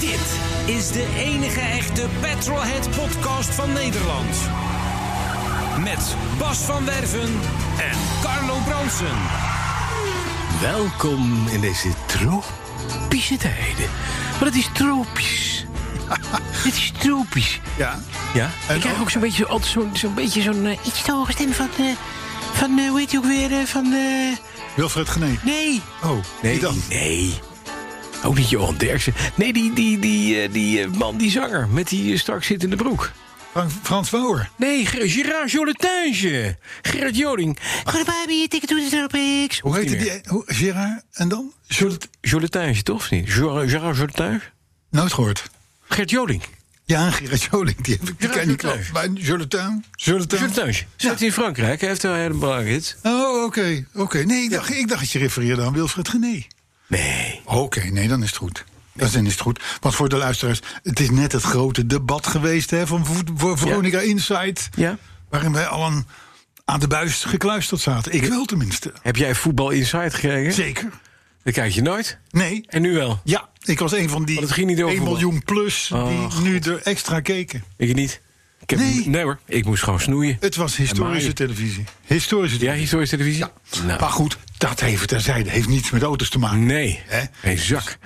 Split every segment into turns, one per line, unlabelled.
Dit is de enige echte Petrolhead podcast van Nederland. Met Bas van Werven en Carlo Bronsen.
Welkom in deze tropische tijden. Maar het is tropisch. het is tropisch.
Ja.
Ja?
En
ik krijg
ook-
ook zo'n beetje altijd zo'n zo'n beetje zo'n eh, iets te hoge stem van. eh, van eh, hoe heet hij ook weer? eh, van. eh,
Wilfred Genee.
nee.
Oh,
Nee.
wie dan?
Nee. Ook niet Johan Derksen. Nee, die, die, die, eh, die eh, man, die zanger. Met die eh, strak zittende broek.
Frank- Frans Bauer.
Nee, Ger- Gerard Joletange. Gerard Joling. Goedemorgen, hier ticket to the tropics.
Hoe
Hoeft
heette
niet meer.
die? Hoe, Gerard en dan? Zult
Joletange, toch? Of niet? Gerard Gerard Joletange?
nooit gehoord.
Gert Joling.
Ja, Gerard Joling, die heb ik die
Gerard
ken ik
Joling.
wel. Maar Jolotijn? Jolotijn?
Jules Zit in Frankrijk. Hij heeft wel helemaal hit.
Oh, oké. oké. Nee, ik dacht, ik dacht dat je refereerde aan Wilfred Genee.
Nee.
Oké, nee, dan is het goed. Dan is het goed. Want voor de luisteraars, het is net het grote debat geweest hè, van Voet- voor Veronica Insight.
Ja.
Waarin wij allen aan de buis gekluisterd zaten. Ik wel tenminste.
Heb jij voetbal insight gekregen?
Zeker.
Dat kijk je nooit.
Nee,
En nu wel.
Ja, ik was een van die
Want het ging niet over
1
voetbal.
miljoen plus die
Oh,
nu er extra keken.
Ik niet. Ik heb
Nee.
nee hoor. Ik moest gewoon snoeien.
Het was
En
historische
Mario.
televisie. Historische
Ja,
televisie.
historische televisie? Nou, Ja.
Maar goed, dat even terzijde. Heeft niets met auto's te maken.
Nee.
Hè?
Geen zak.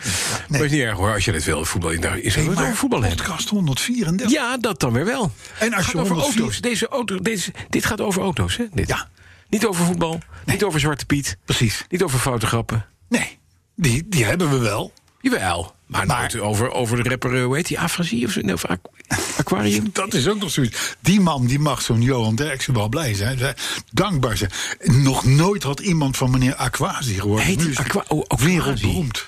Maar is niet erg hoor, als je dat wil. Voetbal in de... Is
Nee,
het maar voetbal in?
podcast 134.
Ja, dat dan weer wel.
En als
gaat
je
over
104
auto's. Deze auto, deze, dit gaat over auto's, hè? Dit.
Ja.
Niet over voetbal. Niet over Zwarte Piet.
Precies.
Niet over foute grappen.
Nee, die, die hebben we wel.
Jawel. Maar,
Maar-
nooit over, over de rapper, eh, hoe heet die? Afrasie of zo? Nee, of aqu- Aquarium?
Dat is ook nog zoiets. Die man die mag zo'n Johan Derksen wel blij zijn. Zij- Dankbaar zijn. Nog nooit had iemand van meneer Aquasi gehoord.
Heet
nu
die
is die
Aqua- oh, Aquasi.
wereldberoemd.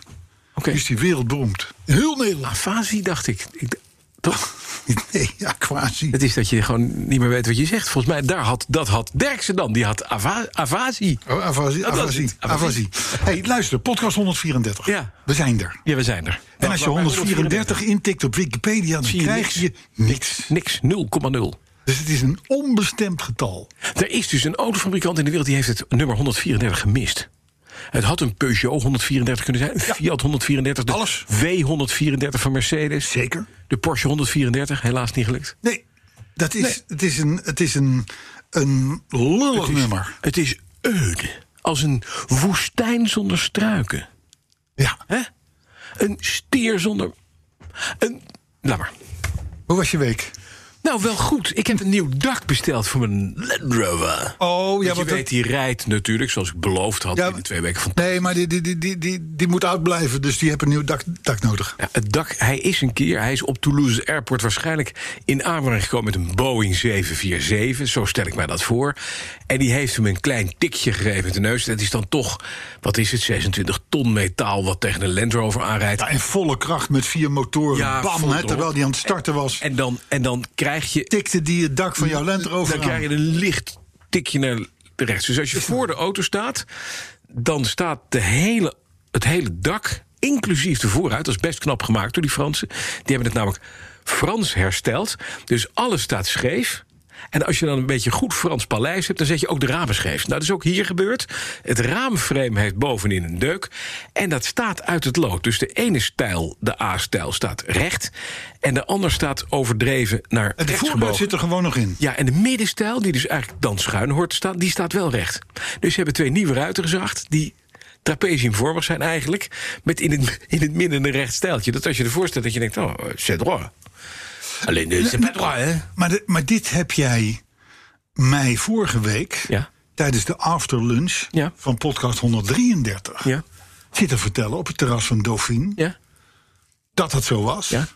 Oké.
Nu is die wereldberoemd. Heel Nederland.
Afasie, Dus dacht ik. ik d- toch?
Nee, Aquasi.
Het is dat je gewoon niet meer weet wat je zegt. Volgens mij, daar had, dat had Derksen dan. Die had ava, Avasie.
Oh, avasie,
Dat was
avasie,
het. Avasie.
avasie. hey, luister, podcast 134.
Ja.
We zijn er.
Ja, we zijn er.
En als je 134 intikt op Wikipedia, dan
Zie je
krijg je niks.
Niks, 0,0.
Dus het is een onbestemd getal.
Er is dus een autofabrikant in de wereld die heeft het nummer 134 gemist. Het had een Peugeot 134 kunnen zijn, een Fiat 134, de
Alles.
W134 van Mercedes.
Zeker.
De Porsche 134, helaas niet gelukt.
Nee, dat is, Het is een, het is een, een lullig nummer.
Het is eude. Als een woestijn zonder struiken.
Ja.
Hè? Een stier zonder. Een. Laat maar.
Hoe was je week?
Nou, wel goed. Ik heb een nieuw dak besteld voor mijn Land Rover.
Oh,
Want je weet, die rijdt natuurlijk, zoals ik beloofd had in de twee weken van...
Nee, maar die, die, die, die, die, die moet oud blijven, dus die hebben een nieuw dak, dak nodig.
Ja, het dak, hij is een keer, hij is op Toulouse Airport waarschijnlijk in aanmerking gekomen met een Boeing 747. Zo stel ik mij dat voor. En die heeft hem een klein tikje gegeven met de neus. Dat is dan toch, wat is het, 26 ton metaal wat tegen een Land Rover aanrijdt.
Ja, in volle kracht met vier motoren.
Ja,
Bam,
vol
hè,
erop.
terwijl die aan het starten was.
En dan, en dan krijg je
tikte die het dak van jouw Land Rover
Dan
aan.
krijg je een licht tikje naar rechts. Dus als je voor de auto staat, dan staat de hele, het hele dak, inclusief de voorruit, dat is best knap gemaakt door die Fransen. Die hebben het namelijk Frans hersteld. Dus alles staat scheef. En als je dan een beetje goed Frans paleis hebt, dan zet je ook de ramen scheef. Nou, dat is ook hier gebeurd. Het raamframe heeft bovenin een deuk. En dat staat uit het lood. Dus de ene stijl, de A-stijl, staat recht. En de ander staat overdreven naar
En de
rechts
voorruit
gebogen.
zit er gewoon nog in.
Ja, en de middenstijl, die dus eigenlijk dan schuin hoort te staan, die staat wel recht. Dus ze hebben twee nieuwe ruiten gezaagd, die trapeziumvormig zijn eigenlijk. Met in het, in het midden een recht stijltje. Dat als je ervoor staat, dat je denkt, oh, eh, c'est droit. Alleen, eh, c'est pas droit, hè?
Maar, de- maar dit heb jij mij vorige week...
Ja.
tijdens de afterlunch
Ja.
van podcast 133...
Ja,
zitten vertellen op het terras van Dauphine...
ja,
dat dat zo was.
ja.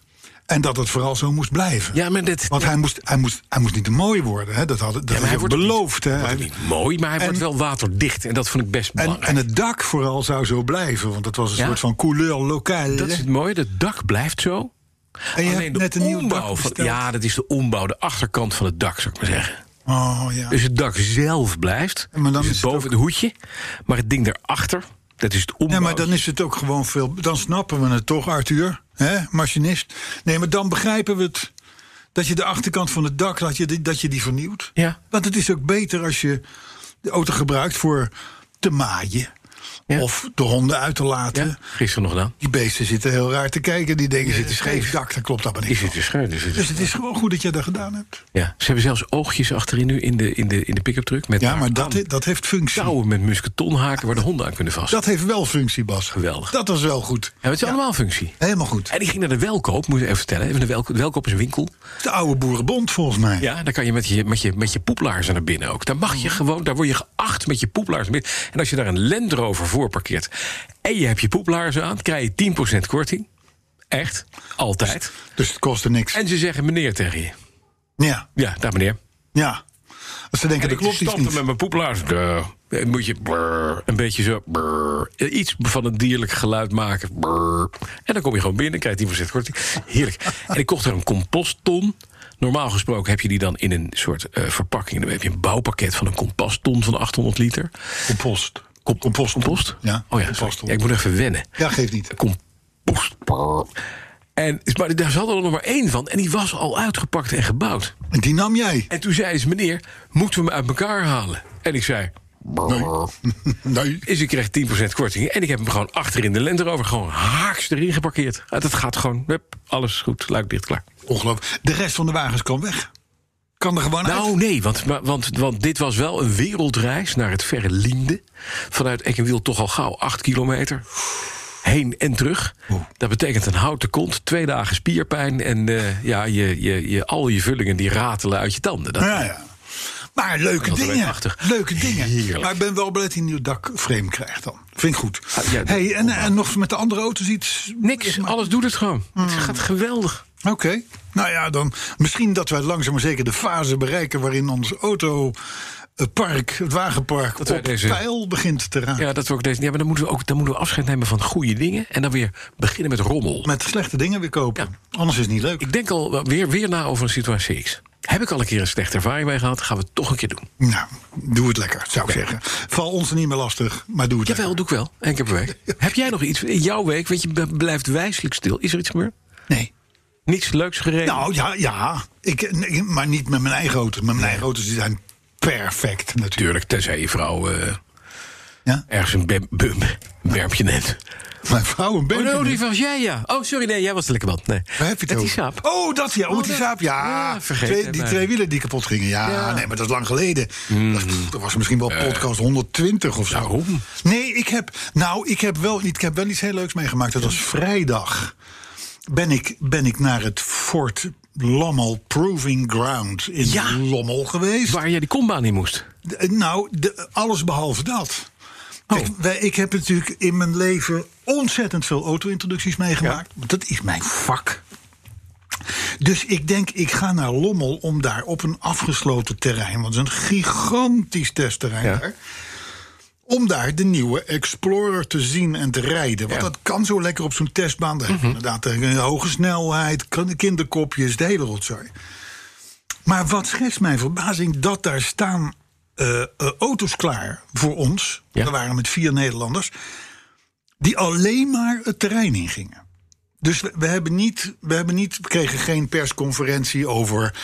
En dat het vooral zo moest blijven.
Ja, maar dit-
Want hij moest, hij, moest, hij moest niet te mooi worden. Hè? Dat had, dat
maar
hij wordt beloofd. Hè?
wordt niet mooi, maar hij wordt wel waterdicht. En dat vond ik best
En,
belangrijk.
en het dak vooral zou zo blijven. Want dat was een
Ja?
soort van couleur lokaal.
dat is het mooie, het dak blijft zo.
en je
Alleen
hebt
de
net een nieuw dak
ombouw van,
besteld.
Ja, dat is de ombouw, de achterkant van het dak, zou ik maar zeggen.
Oh, ja.
Dus het dak zelf blijft.
Ja, maar dan
dus
is het
boven
ook-
het hoedje. Maar het ding daarachter, dat is het ombouw.
Ja, maar dan is het ook gewoon veel. Dan snappen we het toch, Arthur? Hè? Machinist. Nee, maar dan begrijpen we het. Dat je de achterkant van het dak, dat je die, dat je die vernieuwt.
Ja.
Want het is ook beter als je de auto gebruikt voor te maaien.
Ja.
Of de honden uit te laten.
Ja, gisteren nog gedaan.
Die beesten zitten heel raar te kijken. Die denken, zit een scheef dak, dan klopt dat maar
Die
niet.
zit er schuin. die zit er
Dus het is gewoon goed dat je dat gedaan hebt.
Ja, ze hebben zelfs oogjes achterin nu in de, in de, in de pick-up truck. Met
Ja, maar dat,
aan-
he- dat heeft functie.
touwen met musketonhaken waar de honden aan kunnen vast.
Dat heeft wel functie, Bas.
Geweldig.
Dat was wel goed.
ja, het is allemaal functie.
Helemaal goed.
En die ging naar de Welkoop, moet ik even vertellen. Even de welkoop, de welkoop is een winkel.
De oude boerenbond, volgens mij.
Ja, daar kan je met je, met je, met je poeplaarzen naar binnen ook. Daar mag je gewoon, daar word je geacht met je poeplaarzen. naar binnen. En als je daar een Land Rover voor parkeert en je hebt je poeplaarzen aan, krijg je 10% korting. Echt, altijd.
Dus het kostte niks.
En ze zeggen meneer tegen je.
Ja.
Ja, dag meneer.
Ja. Als ze denken,
En
dat
ik
klopt iets
stampte
niet.
met mijn poeplaars. Duh. En Moet je brrr, een beetje zo brrr, iets van een dierlijk geluid maken. Brrr. En dan kom je gewoon binnen, krijg je 10% korting. Heerlijk. En ik kocht er een compostton. Normaal gesproken heb je die dan in een soort eh, verpakking. Dan heb je een bouwpakket van een compostton van 800 liter.
Compost.
Kom-
Compost.
Compost?
Ja,
Oh ja, sorry.
compostton.
Ja, ik moet even wennen.
Ja, geeft niet.
Compost. brrr. En, maar daar zat er nog maar één van. En die was al uitgepakt en gebouwd.
En Die nam jij.
En toen zeiden ze, meneer, moeten we hem uit elkaar halen? En ik zei,
Nee.
is ik kreeg 10% korting. En ik heb hem gewoon achter in de lente over gewoon haaks erin geparkeerd. Ah, Dat gaat gewoon, hup, alles goed, luik dicht, klaar.
Ongelooflijk. De rest van de wagens kan weg. Kan er gewoon
Nou
uit.
nee, want, maar- want, want dit was wel een wereldreis naar het verre Liende. Vanuit Eckenwiel toch al gauw 8 kilometer. Heen en terug. Dat betekent een houten kont, twee dagen spierpijn... en eh, ja, je, je, je, al je vullingen die ratelen uit je tanden. Dat,
Ja, ja. Maar leuke
Dat is
dingen.
reusachtig.
Leuke dingen.
Heerlijk.
Maar ik ben wel blij dat hij een nieuw dakframe krijgt dan. Vind ik goed.
Ah, ja, dat-
hey, en, en nog met de andere auto's iets?
Niks, alles doet het gewoon. Het gaat geweldig.
Oké. Nou ja, dan misschien dat wij langzaam maar zeker de fase bereiken... waarin ons autopark, het wagenpark,
Dat wij
op
deze-
pijl begint te raken.
Ja, dat we ook deze. Ja, maar dan moeten we ook dan moeten we afscheid nemen van goede dingen. En dan weer beginnen met rommel.
Met slechte dingen weer kopen. Anders is het niet leuk.
Ik denk al wel weer, weer na over een situatie X. Heb ik al een keer een slechte ervaring mee gehad? Gaan we het toch een keer doen?
Nou, doe het lekker, zou ik zeggen. Val ons niet meer lastig, maar doe het
Jawel, doe ik wel. Eén keer per week. Heb jij nog iets in jouw week? Want je b- blijft wijselijk stil. Is er iets gebeurd?
lekker. Nee.
Niets leuks gereden?
Nou ja, ja. Ik, nee, maar niet met mijn eigen auto's. Met mijn eigen auto's die zijn perfect natuurlijk.
Tuurlijk, tenzij je vrouw eh,
Ja?
ergens een bem- bum, een werpje neemt.
Mijn vrouw een
Oh,
beetje.
no, die was jij, ja. Oh, sorry, nee, jij was de lekkerband. Nee.
Waar heb je
Met
het
die
over?
saap.
Oh, dat ja. Oh, met die
dat-
saap, ja.
ja, vergeet
Twee-
het
die
maar.
twee wielen die kapot gingen. Ja,
Ja. Hmm.
nee, maar dat is lang geleden. Dat, dat was misschien wel podcast 120 of zo.
Daarom.
Nee, ik heb, nou, ik heb, wel, niet- ik heb wel iets heel leuks meegemaakt. Dat was vrijdag. Ben ik, ben ik naar het Fort Lommel Proving Ground in
Ja.
Lommel geweest.
Waar jij die kombaan in moest.
D- Nou, de, alles behalve dat.
Oh.
Kijk, wij- ik heb natuurlijk in mijn leven ontzettend veel auto-introducties meegemaakt. Want Dat is mijn vak. Dus ik denk, ik ga naar Lommel om daar op een afgesloten terrein... want het is een gigantisch testterrein
Ja.
daar... om daar de nieuwe Explorer te zien en te rijden. Want
Ja. Mhm.
dat kan zo lekker op zo'n testbaan. Daar heb je Inderdaad, eh, hoge snelheid, kan- kinderkopjes, de hele rotzooi. Maar wat schetst mijn verbazing dat daar staan eh, eh, auto's klaar voor ons.
Ja.
Er waren met vier Nederlanders. Die alleen maar het terrein ingingen. Dus we, we hebben niet, we hebben niet, we kregen geen persconferentie over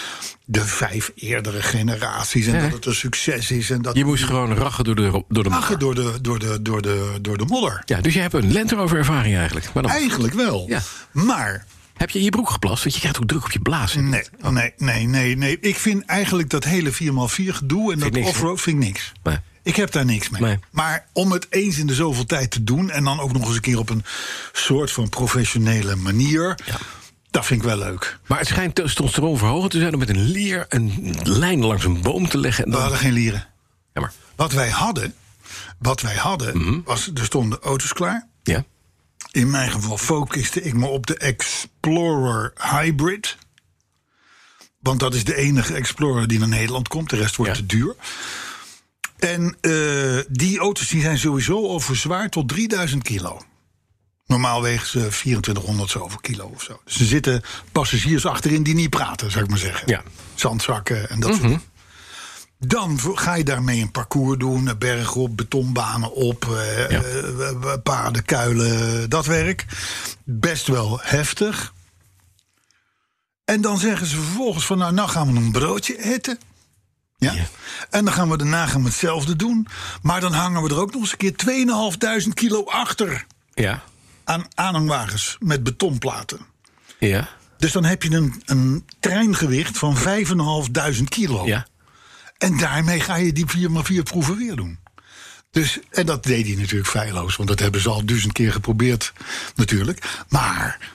de vijf eerdere generaties. En dat het een succes is. En dat
Je moest gewoon rachen door de, door de modder.
lachen door de, door, de, door, de, door de modder.
Ja, dus je hebt een Land Rover ervaring eigenlijk. Maar dan
Eigenlijk wel.
Ja.
Maar
heb je in je broek geplast, want je krijgt ook druk op je blaas.
nee,
Oh.
nee, nee, nee, nee. Ik vind eigenlijk dat hele 4x4 gedoe en
Vind
dat
niks, hè?
offroad vind ik niks.
Maar
Ik heb daar niks mee.
Nee.
Maar om het eens in de zoveel tijd te doen. en dan ook nog eens een keer op een soort van professionele manier. dat vind ik wel leuk.
Maar het schijnt testosteron verhogen te zijn om met een lier een lijn langs een boom te leggen. En
We
dan...
hadden geen lieren.
Ja, maar.
Wat wij hadden. Wat wij hadden was, er stonden auto's klaar.
Ja.
In mijn geval focuste ik me op de Explorer Hybrid. Want dat is de enige Explorer die naar Nederland komt. De rest wordt
Ja.
te duur. En eh, die auto's die zijn sowieso al verzwaard tot 3000 kilo. Normaal wegen ze 2400 zoveel kilo of zo. Dus er zitten passagiers achterin die niet praten, zou ik maar zeggen.
Ja. Mhm.
Zandzakken en dat soort dingen. Dan v- ga je daarmee een parcours doen. eh, Bergen op, betonbanen op, eh,
Ja.
eh, eh, paarden, kuilen, dat werk. Best wel heftig. En dan zeggen ze vervolgens van nou, nou gaan we een broodje eten. Ja?
Ja.
En dan gaan we daarna gaan we hetzelfde doen. Maar dan hangen we er ook nog eens een keer 2.500 kilo achter
Ja.
aan aanhangwagens met betonplaten.
Ja.
Dus dan heb je een, een treingewicht van 5.500 kilo.
Ja.
En daarmee ga je die 4x4 proeven weer doen. Dus, en dat deed hij natuurlijk feilloos, want dat hebben ze al duizend keer geprobeerd natuurlijk. Maar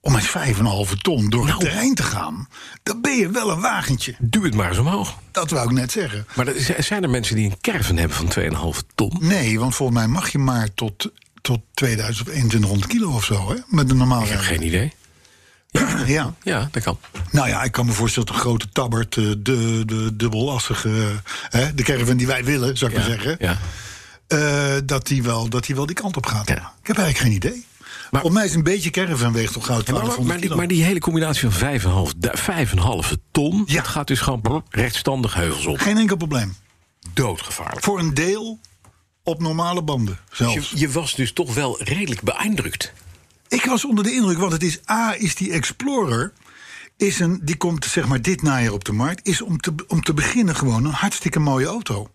om met 5,5 ton door
Nou.
het terrein te gaan, dan ben je wel een wagentje.
Duw het maar eens omhoog.
Dat wou ik net zeggen.
Maar er z- zijn er mensen die een caravan hebben van 2,5 ton?
Nee, want volgens mij mag je maar tot, tot 2000 of 2100 kilo of zo, hè? Met een normaal
Ik heb
rijden.
geen idee.
Ja.
Ja, dat kan.
Nou ja, ik kan me voorstellen dat een grote tabbert, eh, de, de dubbelassige, eh, hè, de caravan die wij willen, zou ik
Ja,
maar zeggen.
Ja.
Eh, dat die wel, dat die wel die kant op gaat.
Ja.
Ik heb eigenlijk geen idee.
Maar-
Maar, Op mij is een beetje caravan weegt toch goud
Ja, maar, maar,
1200
die,
kilo.
maar die hele combinatie van 5,5 du- 5,5 ton...
Ja.
dat gaat dus gewoon brrr, rechtstandig heuvels op.
Geen enkel probleem.
Doodgevaarlijk.
Voor een deel op normale banden zelfs.
Je, je was dus toch wel redelijk beïndrukt.
Ik was onder de indruk, want het is A, is die Explorer... Is een, die komt zeg maar dit najaar op de markt... is om te, om te beginnen gewoon een hartstikke mooie auto.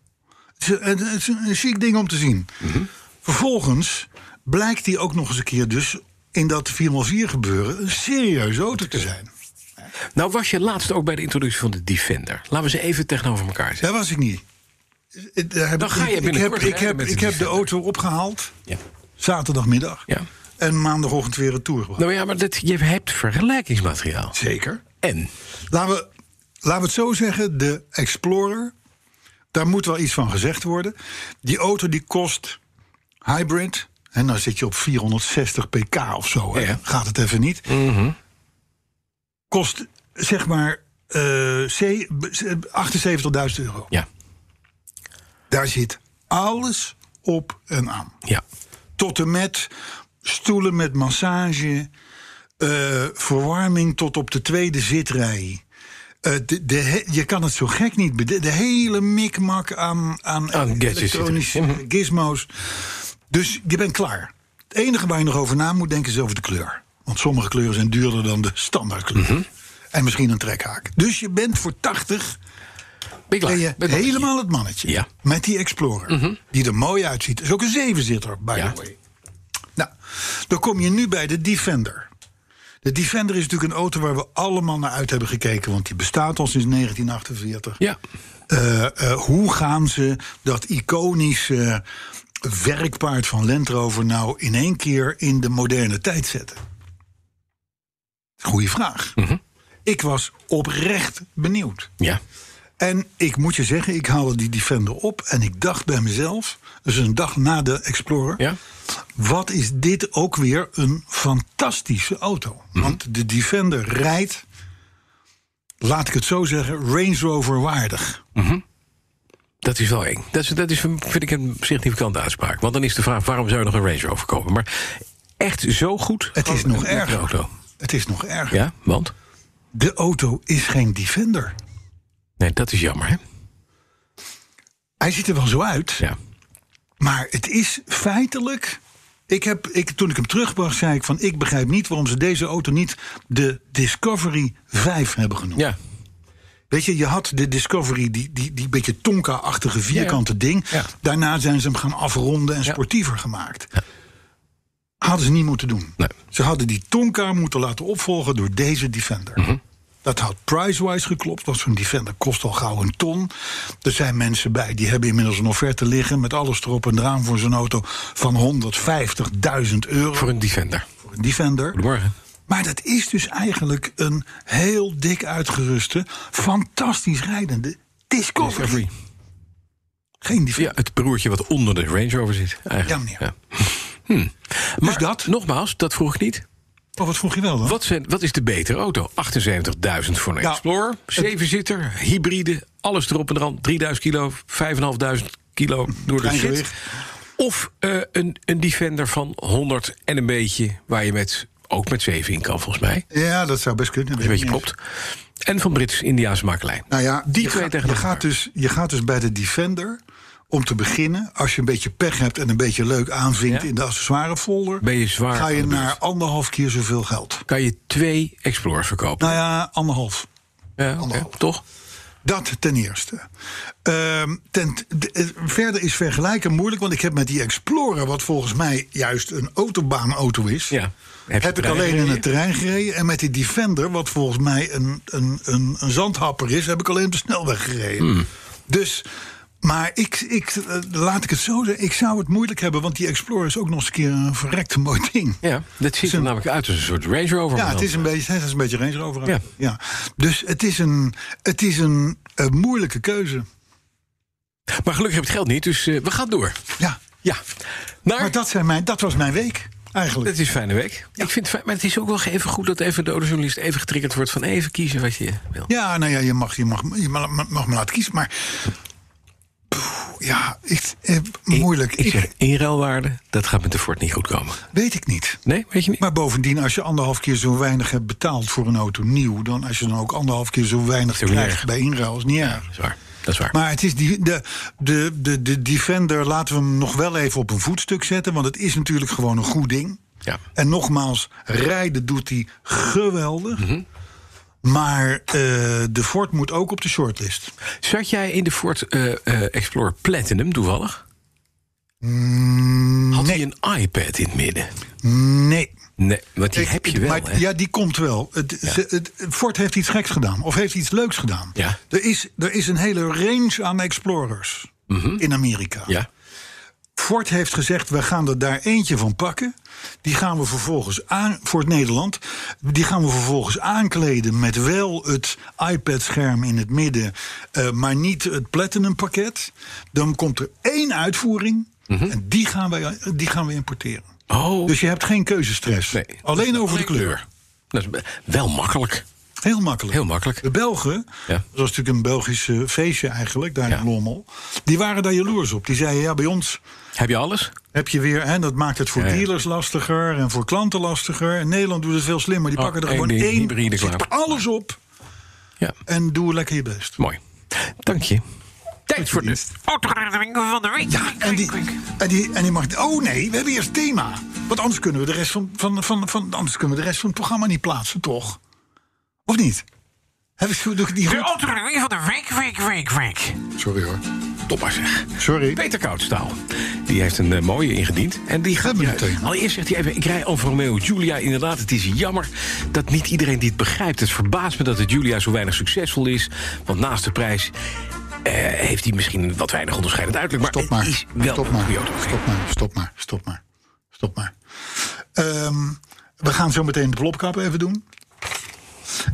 Het is, een- het is een, een chic ding om te zien.
Mhm.
Vervolgens blijkt die ook nog eens een keer dus... in dat 4x4 gebeuren een serieuze auto te zijn.
Nou was je laatst ook bij de introductie van de Defender. Laten we ze even tegenover elkaar zetten.
Daar was ik niet. Ik- daar heb
Dan ga je
ik, ik heb,
binnenkort
ik
rijden
heb,
met de
ik heb de
Defender.
auto opgehaald
Ja.
zaterdagmiddag.
Ja.
En maandagochtend weer een tour gebracht.
Nou ja, maar dat, je hebt vergelijkingsmateriaal.
Zeker.
En?
Laten we, laten we het zo zeggen, de Explorer. Daar moet wel iets van gezegd worden. Die auto die kost hybrid. En dan zit je op 460 pk of zo. hè.
Ja.
Gaat het even niet. Kost zeg maar eh, C- b- 78.000 euro.
Ja,
Daar zit alles op en aan.
ja.
Tot en met stoelen met massage, eh, verwarming tot op de tweede zitrij. Eh, de, de he- je kan het zo gek niet bedenken. De hele mikmak aan, aan,
Aan gadgets zit
elektronische
erin. Mhm.
gizmos. Dus je bent klaar. Het enige waar je nog over na moet denken is over de kleur. Want sommige kleuren zijn duurder dan de standaardkleur.
Mhm.
En misschien een trekhaak. Dus je bent voor 80
Ben je klaar?
ben je
Ben je-
helemaal het mannetje.
Ja. Mhm.
Met die Explorer. Die er mooi uitziet. Is ook een zevenzitter, by
Ja.
the way. Nou, dan kom je nu bij de Defender. De Defender is natuurlijk een auto waar we allemaal naar uit hebben gekeken. Want die bestaat al sinds 1948.
Ja,
Eh, eh, hoe gaan ze dat iconische werkpaard van Land Rover nou in één keer in de moderne tijd zetten? Goeie vraag. Ik was oprecht benieuwd.
ja.
En ik moet je zeggen, ik haalde die Defender op en ik dacht bij mezelf, dus een dag na de Explorer,
Ja.
wat is dit ook weer een fantastische auto?
Mhm.
Want de Defender rijdt, laat ik het zo zeggen, Range Rover waardig.
Dat is wel eng. Dat, is, dat is, vind ik een significante uitspraak. Want dan is de vraag, waarom zou je nog een Range Rover kopen? Maar echt zo goed?
Het is
Gewoon
nog
een lekkere
erger.
Auto.
Het is nog erger.
Ja, want?
De auto is geen Defender.
Nee, dat is jammer, hè?
Hij ziet er wel zo uit,
Ja.
maar het is feitelijk. Ik heb, ik, toen ik hem terugbracht, zei ik van ik begrijp niet waarom ze deze auto niet de Discovery 5 hebben genoemd.
Ja.
Weet je, je had de Discovery, die, die, die beetje Tonka-achtige vierkante ding.
Ja.
Daarna zijn ze hem gaan afronden en
Ja.
sportiever gemaakt. Hadden ze niet moeten doen.
Nee.
Ze hadden die Tonka moeten laten opvolgen door deze Defender.
Mhm.
Dat had price-wise geklopt, want zo'n Defender kost al gauw een ton. Er zijn mensen bij, die hebben inmiddels een offerte liggen... met alles erop en eraan voor zo'n auto van 150.000 euro
Voor een Defender.
voor een Defender.
Goedemorgen.
Maar dat is dus eigenlijk een heel dik uitgeruste, fantastisch rijdende Discovery.
Discovery.
Geen Defender.
Ja, het broertje wat onder de Range Rover zit. Eigenlijk.
Ja, meneer.
Hm. Maar
Dus dat?
nogmaals, dat vroeg ik niet.
Oh, wat vroeg je wel dan?
Wat, zijn, wat is de betere auto? 78.000 voor een
Nou,
Explorer. Zevenzitter, hybride, alles erop en eraan. 3000 kilo, 5.500 kilo door de
Klein
shit.
gewicht.
Of eh, een, een Defender van 100 en een beetje... waar je met, ook met 7 in kan, volgens mij.
Ja, dat zou best kunnen.
Als je een beetje
Weet ik
klopt. En van Brits-Indiaanse makelij.
Nou ja,
die
je,
twee
gaat,
tegen
je,
elkaar.
gaat dus, je gaat dus bij de Defender, om te beginnen... als je een beetje pech hebt en een beetje leuk aanvinkt
Ja.
in de accessoirefolder...
Ben je zwaar
ga je
aan de
naar
beurt.
anderhalf keer zoveel geld.
Kan je twee Explorers verkopen?
Nou ja, anderhalf.
ja, oké,
anderhalf.
toch?
Dat ten eerste. Ehm, ten, de- eh, verder is vergelijken moeilijk, want ik heb met die Explorer, wat volgens mij juist een autobaanauto is,
Ja. Heb je
heb, ik
terrein
alleen in
gereden?
het terrein gereden. En met die Defender, wat volgens mij een, een, een, een zandhapper is, heb ik alleen op de snelweg gereden.
Hmm.
Dus. Maar ik, ik, eh, laat ik het zo zeggen, ik zou het moeilijk hebben, want die Explorer is ook nog eens een keer een verrekt mooi ding.
Ja, dat ziet er
Zo'n-
namelijk uit als een soort Range Rover.
Ja,
maar
het
dan.
is een beetje, het is een beetje Range Rover.
Ja.
Ja. Dus het is een, het is een, eh, moeilijke keuze.
Maar gelukkig heb je het geld niet, dus eh, we gaan door.
Ja.
Ja, naar...
Maar
dat...
dat, zijn mijn, dat was mijn week, eigenlijk.
is een fijne week. Ik vind het fijn, maar het is ook wel even goed dat even de autojournalist even getriggerd wordt van even kiezen wat je wil.
Ja, nou ja, je mag, je mag, je ma- ma- mag me laten kiezen, maar... Pff, ja, ik, eh, moeilijk.
Ik, ik zeg inruilwaarde, dat gaat met de Ford niet goed komen.
weet ik niet.
Nee, weet je niet?
Maar bovendien, als je anderhalf keer zo weinig hebt betaald voor een auto nieuw... dan als je dan ook anderhalf keer zo weinig
Is ook niet
krijgt
erg.
bij inruil, is niet erg.
Dat is waar. Dat is waar.
Maar het is die, de, de, de, de Defender, laten we hem nog wel even op een voetstuk zetten. Want het is natuurlijk gewoon een goed ding.
Ja.
En nogmaals, rijden doet hij geweldig.
Mhm.
Maar eh, de Ford moet ook op de shortlist.
Zat jij in de Ford eh, eh, Explorer Platinum toevallig?
Mm,
Had hij een iPad in het midden?
Nee.
Nee, want die
Ik-
heb je wel,
maar-
hè?
Ja, die komt wel. Het, ze- het- Ford heeft iets geks gedaan. Of heeft iets leuks gedaan.
Ja.
Er, is, er is een hele range aan Explorers in Amerika.
Mhm. Ja.
Ford heeft gezegd, we gaan er daar eentje van pakken. Die gaan we vervolgens aan, voor het Nederland, die gaan we vervolgens aankleden met wel het iPad-scherm in het midden, eh, maar niet het Platinum pakket. Dan komt er één uitvoering
Mhm.
en die gaan, wij, die gaan we importeren.
Oh,
Dus je hebt geen keuzestress.
nee.
Alleen over de kleur.
Dat is wel makkelijk.
Heel makkelijk.
Heel makkelijk.
De Belgen,
Ja.
dat was natuurlijk een Belgisch eh, feestje eigenlijk, daar
Ja.
in Lommel. Die waren daar jaloers op. Die zeiden, ja, bij ons
Heb je alles?
heb je weer, hè, dat maakt het voor
Ja, ja.
dealers lastiger en voor klanten lastiger. In Nederland doet het veel slimmer. Die
Oh,
pakken er
één
gewoon
ding,
één,
hybride klaar.
zet alles op
Ja.
en doe lekker je best.
Mooi. Dank je. Tijd voor de autoherinnering van de week.
En die, en die, en die mag. Oh nee, we hebben eerst thema. Want anders kunnen we de rest van, van, van, van, anders kunnen we de rest van het programma niet plaatsen, toch? Of niet? Heb ik doe ik die goed?
autoherinnering van de week, week, week, week.
Sorry hoor.
Topper zeg.
Sorry.
Peter Koudstaal. Die heeft een eh, mooie ingediend. En die gaat
Hebben we
hieruit.
meteen.
Allereerst zegt hij even, ik rij Alfa Romeo Giulia. Inderdaad, het is jammer dat niet iedereen dit begrijpt. Het verbaast me dat de Giulia zo weinig succesvol is. Want naast de prijs eh, heeft hij misschien een wat weinig onderscheidend uiterlijk. Maar
Stop maar.
het is wel
Stop
een
maar.
goede auto.
Stop maar. Stop maar. Stop maar. Stop maar. Ehm, we gaan zo meteen de plopkap even doen.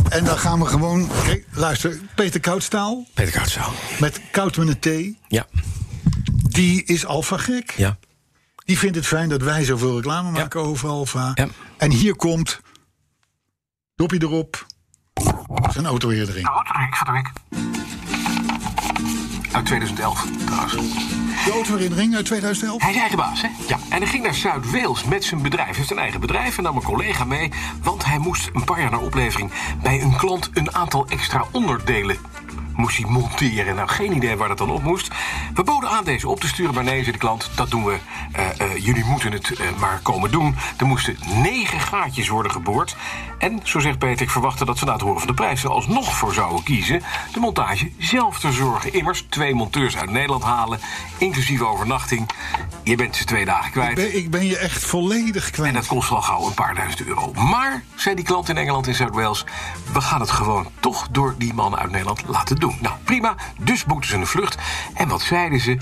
En dan gaan we gewoon. Kijk, luister, Peter Koudstaal
Peter Koudstaal.
met koud met een T.
Ja,
Die is alfa gek.
ja.
Die vindt het fijn dat wij zoveel reclame maken over alfa.
Ja.
En hier komt. Dopje erop. Zijn auto weer erin.
Autoherinnering van de week. Uit 2011, trouwens.
De auto weer erin uit 2011.
Hij is eigen baas, hè? Ja, en hij ging naar Zuid-Wales met zijn bedrijf. Hij heeft een eigen bedrijf en nam een collega mee... want hij moest een paar jaar naar oplevering... bij een klant een aantal extra onderdelen moest hij monteren. Nou, geen idee waar dat dan op moest. We boden aan deze op te sturen, maar nee, zei de klant... dat doen we. Eh, eh, jullie moeten het eh, maar komen doen. Er moesten negen gaatjes worden geboord. En, zo zegt Peter, ik verwachtte dat ze na het horen van de prijs... er alsnog voor zouden kiezen de montage zelf te zorgen. Immers, twee monteurs uit Nederland halen, inclusief overnachting. Je bent ze twee dagen
Ik
kwijt.
ben, ik ben je echt volledig
En
kwijt.
dat kost al gauw een paar duizend euro. Maar, zei die klant in Engeland in Zuid-Wales... we gaan het gewoon toch door die man uit Nederland laten doen. Nou, prima, dus boekten ze een vlucht. En wat zeiden ze?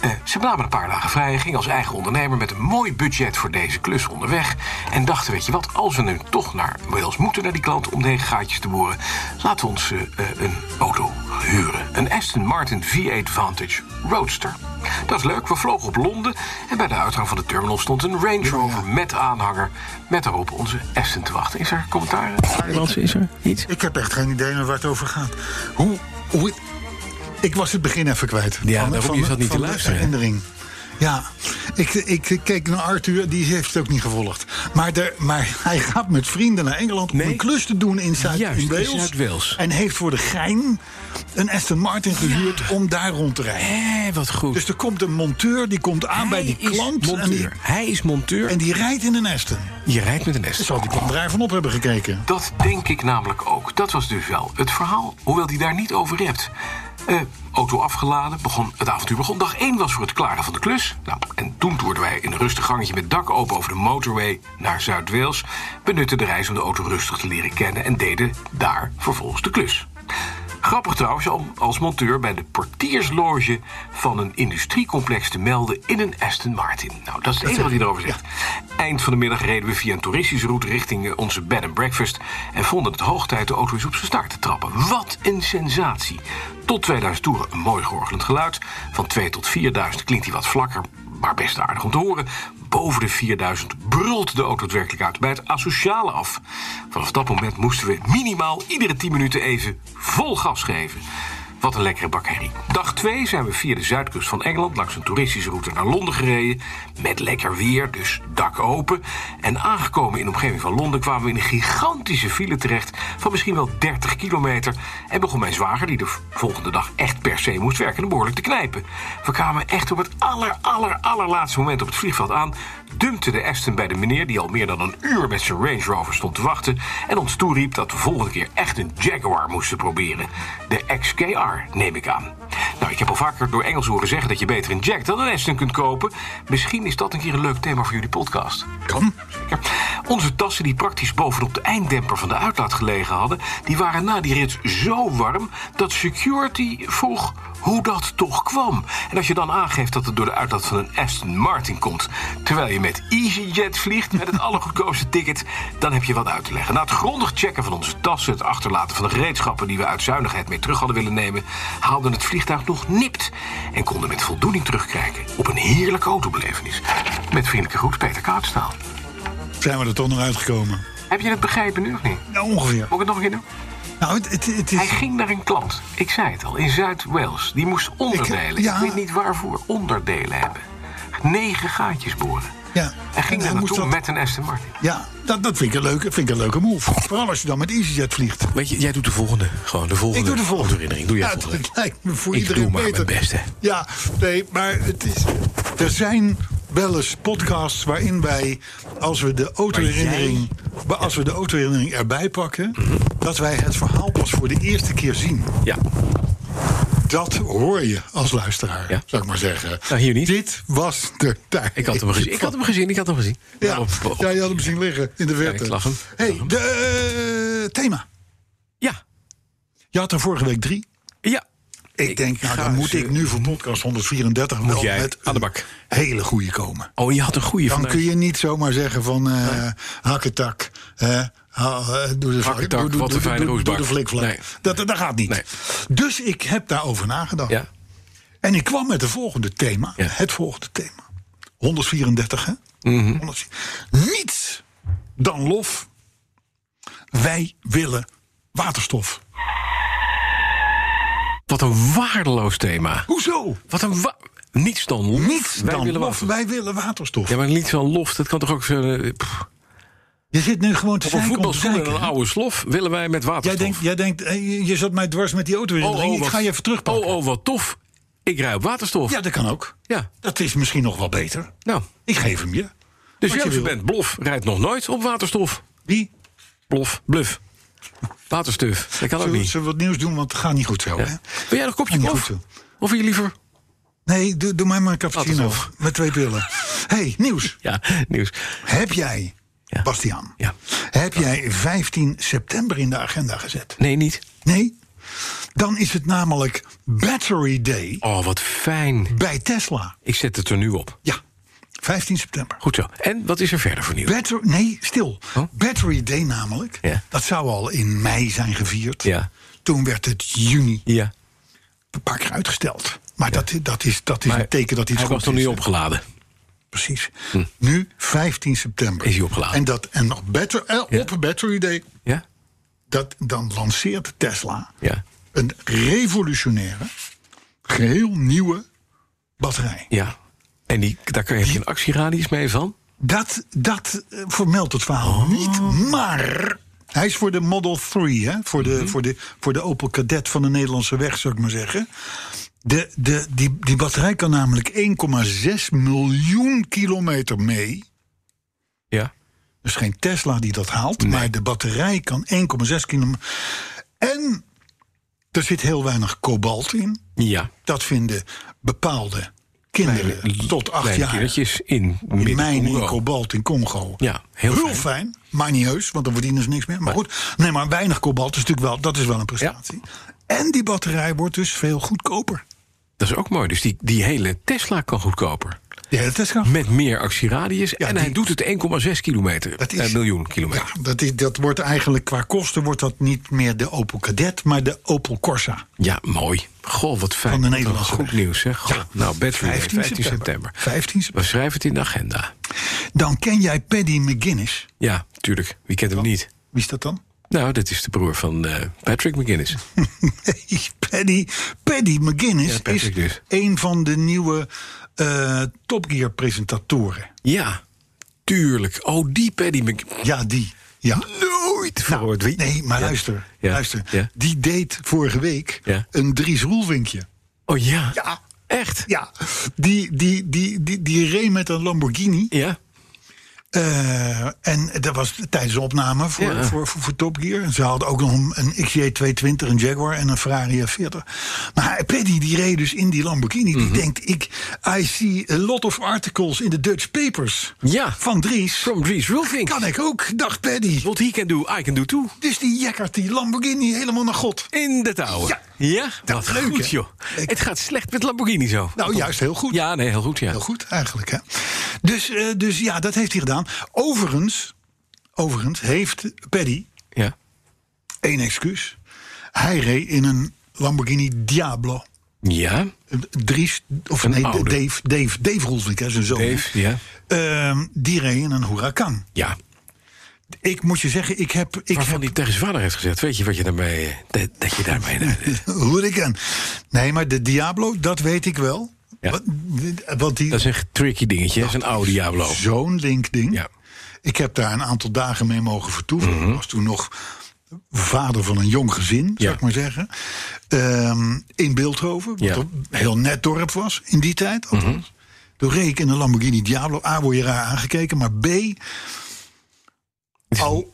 Eh, ze namen een paar dagen vrij, gingen als eigen ondernemer met een mooi budget voor deze klus onderweg. En dachten, weet je wat, als we nu toch naar Wales moeten, naar die klant, om deze gaatjes te boren, laten we ons eh, eh, een auto huren. Een Aston Martin V8 Vantage Roadster. Dat is leuk, we vlogen op Londen en bij de uitgang van de terminal stond een Range Rover met aanhanger. Met daarop onze Aston te wachten. Is er commentaar?
Nederlands is er iets.
Ik heb echt geen idee meer waar het over gaat. Hoe, hoe, ik was het begin even kwijt.
Ja, daarom, je zat niet
van
te
de
luisteren, hè?
herinnering. Ja, ik, ik keek naar Arthur, die heeft het ook niet gevolgd. Maar, de, maar hij gaat met vrienden naar Engeland
Nee.
om een klus te doen in
Juist, in
Zuid-Wales.
Zuid-Wales.
en heeft voor de gein een Aston Martin gehuurd om daar rond te rijden.
Hé, wat goed.
Dus er komt een monteur, die komt aan bij die
Hij is
klant. En die,
monteur. Hij is monteur
en
en
die rijdt in een Aston.
je rijdt met een S.
Zal die klant er even op hebben gekeken?
Dat denk ik namelijk ook. Dat was dus wel het verhaal, hoewel die daar niet over rept. Eh, auto afgeladen, begon, het avontuur begon. Dag 1 was voor het klaren van de klus. Nou, en toen toerden wij in een rustig gangetje met dak open over de motorway naar Zuid-Wales. Benutten de reis om de auto rustig te leren kennen en deden daar vervolgens de klus. Grappig trouwens om als monteur bij de portiersloge van een industriecomplex te melden in een Aston Martin. Nou, dat is het enige wat hij erover zegt. Eind van de middag reden we via een toeristische route richting eh, onze bed and breakfast en vonden het hoog tijd de auto eens op zijn staart te trappen. Wat een sensatie! Tot 2000 toeren een mooi gorgelend geluid. Van 2 tot 4000 klinkt hij wat vlakker, maar best aardig om te horen. Boven de 4000 brult de auto het werkelijk uit bij het asociale af. Vanaf dat moment moesten we minimaal iedere 10 minuten even vol gas geven. Wat een lekkere bakkerrie. Dag 2 zijn we via de zuidkust van Engeland langs een toeristische route naar Londen gereden. Met lekker weer, dus dak open. En aangekomen in de omgeving van Londen kwamen we in een gigantische file terecht van misschien wel 30 kilometer. En begon mijn zwager, die de volgende dag echt per se moest werken, behoorlijk te knijpen. We kwamen echt op het aller, aller, allerlaatste moment op het vliegveld aan. Dumpte de Aston bij de meneer die al meer dan een uur met zijn Range Rover stond te wachten. En ons toeriep dat we volgende keer echt een Jaguar moesten proberen. De XKR, neem ik aan. Nou, ik heb al vaker door Engels horen zeggen dat je beter een Jack dan een Aston kunt kopen. Misschien is dat een keer een leuk thema voor jullie podcast.
Kan.
Ja, Onze tassen die praktisch bovenop de einddemper van de uitlaat gelegen hadden... die waren na die rit zo warm dat security vroeg hoe dat toch kwam. En als je dan aangeeft dat het door de uitlaat van een Aston Martin komt... terwijl je met EasyJet vliegt met het allergoedkoopste ticket... dan heb je wat uit te leggen. Na het grondig checken van onze tassen... het achterlaten van de gereedschappen die we uit zuinigheid mee terug hadden willen nemen... haalden het vliegtuig nog nipt en konden met voldoening terugkijken... op een heerlijke autobelevenis. Met vriendelijke groet Peter Kaapstaal.
Zijn we er toch nog uitgekomen?
Heb je het begrepen nu of niet?
Nou, ongeveer.
Moet ik het nog een keer doen?
Nou, het, het, het
Hij
is...
ging naar een klant, ik zei het al, in Zuid-Wales. Die moest onderdelen. Ik,
Ik- ja.
weet niet waarvoor onderdelen hebben. Negen gaatjes boren.
Ja.
En ging
En
daar
hij moest
naartoe
dat-
met een Aston Martin.
Ja, dat, dat vind, ik een leuke, vind ik een leuke move. Vooral als je dan met EasyJet vliegt.
Weet je, jij doet de volgende. Gewoon de volgende.
Ik doe de volgende.
herinnering. Doe jij
ja,
volgende.
dat lijkt me voor
Ik
iedereen
doe maar
beter.
mijn best, hè.
Ja, nee, maar het is... Er zijn wel eens podcasts waarin wij, als we de autoherinnering... wa- Als we de autoherinnering erbij pakken... dat wij het verhaal pas voor de eerste keer zien.
Ja.
Dat hoor je als luisteraar,
Ja.
zou ik maar zeggen.
Nou, hier niet.
Dit was de tijd.
Ik had hem gezien. Ik had hem gezien. Ik had hem gezien.
Ja,
Op- op-
ja, je had hem zien liggen in de verte.
ik zag hem. Ik
Hey,
zag hem.
de eh, thema.
ja.
Je had er vorige week drie.
Ja.
Ik, denk, nou, dan moet ik nu voor podcast 134 wel
jij
met
aan de
een
bak.
hele goede komen.
Oh, je had een goede
Dan
vandaag.
kun je niet zomaar zeggen van eh hakketak, eh, ha- eh, doe de
Hakketak,
doe- doe-
wat een
doe-
fijne
doe-
roesbak.
Doe de flikvlak.
Nee.
Dat, dat gaat niet.
Nee.
Dus ik heb daarover nagedacht.
Ja.
En ik kwam met het volgende thema.
Ja.
Het volgende thema. 134, hè?
Mhm.
100 Niets dan lof. Wij willen waterstof.
Wat een waardeloos thema.
Hoezo?
Wat een wa- Niets dan lof.
Niets
Wij
dan
willen
lof.
water.
Wij willen waterstof.
Ja, maar niets dan lof. Dat kan toch ook zo... eh, pff.
Je zit nu gewoon te
Op een
zeiken om te
voetbalschoen en
zeiken,
een
hè?
oude slof willen wij met
Jij
waterstof. Oh,
denkt, jij denkt hé, je- je zat mij dwars met die auto in. ik
wat-
ga je even terugpakken.
Oh, oh, wat tof. Ik rij op waterstof.
Ja, dat kan ook.
Ja.
Dat is misschien nog wel beter.
Nou,
Ik geef hem je.
dus
Wat je
Joost
wil.
bent Blof rijdt nog nooit op waterstof.
Wie?
Blof, bluf. Waterstuf. Dat kan ook
Zullen,
niet.
zullen we wat nieuws doen? Want het gaat niet goed zo. Hè?
Ja. Wil jij nog een kopje
Ah, niet
koffie?
goed
Of wil je liever?
Nee, doe, doe mij maar een cappuccino.
Laat het op.
Met twee pillen. hey, nieuws.
Ja, nieuws.
Heb jij,
Ja.
Bastiaan,
Ja.
heb jij 15 september in de agenda gezet?
Nee, niet.
Nee? Dan is het namelijk Battery Day
Oh, wat fijn.
bij Tesla.
Ik zet het er nu op.
Ja, 15 september.
Goed zo. En wat is er verder voor nieuws?
Batter- nee, stil.
Oh.
Battery Day namelijk.
Ja.
Dat zou al in mei zijn gevierd.
Ja.
Toen werd het juni
Ja.
een paar keer uitgesteld. Maar dat, dat is, dat is
Maar
een teken dat iets
Hij
goed
was nog
is.
niet opgeladen.
Precies. Nu 15 september.
Is hij opgeladen.
En, dat, en nog better, eh,
Ja.
op Battery Day.
Ja?
Dat, dan lanceert Tesla
Ja.
een revolutionaire, geheel nieuwe batterij.
Ja. En die, daar kan je geen actieradius mee van?
Dat, dat eh, vermeldt het verhaal niet, maar hij is voor de Model 3, hè? Voor, de, voor, de, voor de Opel Kadett van de Nederlandse weg, zou ik maar zeggen. De, de, die, die batterij kan namelijk 1,6 miljoen kilometer mee.
Ja.
Dus geen Tesla die dat haalt, maar de batterij kan 1,6 kilometer. En er zit heel weinig kobalt in.
Ja.
Dat vinden bepaalde kinderen tot acht
Kleine
jaar.
kindertjes in
In mijnen in
Midden-Congo.
kobalt in Congo.
Ja, heel fijn.
fijn. Maar niet heus, want dan verdienen ze niks meer. Maar goed, nee, maar weinig kobalt is natuurlijk wel, dat is wel een prestatie. En die batterij wordt dus veel goedkoper.
Dat is ook mooi. Dus die, die hele Tesla kan goedkoper.
De hele Tesla.
Met meer actieradius.
Ja,
en
die-
hij doet het 1,6 kilometer.
Dat
Dat
is-
miljoen kilometer.
Ja, dat, is, dat wordt eigenlijk qua kosten wordt dat niet meer de Opel Kadett, maar de Opel Corsa.
Ja, mooi. Goh, wat fijn.
Van de
Wat een
Nederlandse
Goed
weg.
nieuws, hè? Goh, nou, Battery Day,
15
15, september.
september. 15 september.
We schrijven het in de agenda.
Dan ken jij Paddy McGuinness.
Ja, tuurlijk. Wie kent hem niet?
Wie is dat dan?
Nou, dat is de broer van eh, Patrick McGuinness.
Nee, Paddy, Paddy McGuinness
Ja,
is
Patrick dus.
een van de nieuwe eh, Top Gear presentatoren.
ja, tuurlijk. Oh, die Paddy McGuinness.
Ja, die. Ja. Nou,
Nooit verhoord. Wie?
Nee, maar
Ja.
luister.
Ja.
luister.
Ja.
Die deed vorige week
Ja.
een Dries Roelvinkje.
Oh ja?
Ja.
Echt?
Ja, die, die, die, die, die reed met een Lamborghini.
Ja?
Eh, en dat was tijdens de opname voor,
Ja.
voor, voor, voor Top Gear. En ze hadden ook nog een, een XJ220, een Jaguar en een Ferrari F40. Maar Paddy die reed dus in die Lamborghini.
Mhm.
Die denkt, ik, I see a lot of articles in the Dutch papers
Ja.
van Dries.
From Dries Rulfink.
Kan ik ook, dacht Paddy.
What he can do, I can do too.
Dus die jekkert die Lamborghini helemaal naar God.
In de touwen.
Ja.
dat
leuk,
goed,
hè?
joh.
Ik-
Het gaat slecht met Lamborghini zo.
Nou, juist heel goed.
Ja, nee, heel goed, ja.
Heel goed eigenlijk, hè. Dus, eh, dus ja, dat heeft hij gedaan. Overigens, overigens heeft Paddy
Ja.
Eén excuus. Hij reed in een Lamborghini Diablo.
Ja,
Een Dries, of
Een
nee,
oude.
Dave, Dave, Dave Roelvink, hè, zijn zoon.
Dave, ja.
Ehm, die reed in een Huracan.
Ja.
Ik moet je zeggen, ik heb... Ik
Waarvan
heb
die tegen zijn vader heeft gezegd. Weet je wat je daarmee... eh, Dat, dat je daarmee... eh,
Huracan. Nee, maar de Diablo, dat weet ik wel.
Ja.
Wat, wat die,
dat is een tricky dingetje. Dat is een oude Diablo.
zo'n link ding.
Ja. Mhm.
Ik heb daar een aantal dagen mee mogen vertoeven. Ik was toen nog vader van een jong gezin,
Ja.
zou ik maar zeggen. Ehm, in Beeldhoven, wat
Ja. Mhm.
een heel net dorp was in die tijd. althans. Toen reed ik in een Lamborghini Diablo. A, word je raar aangekeken, maar B... Al,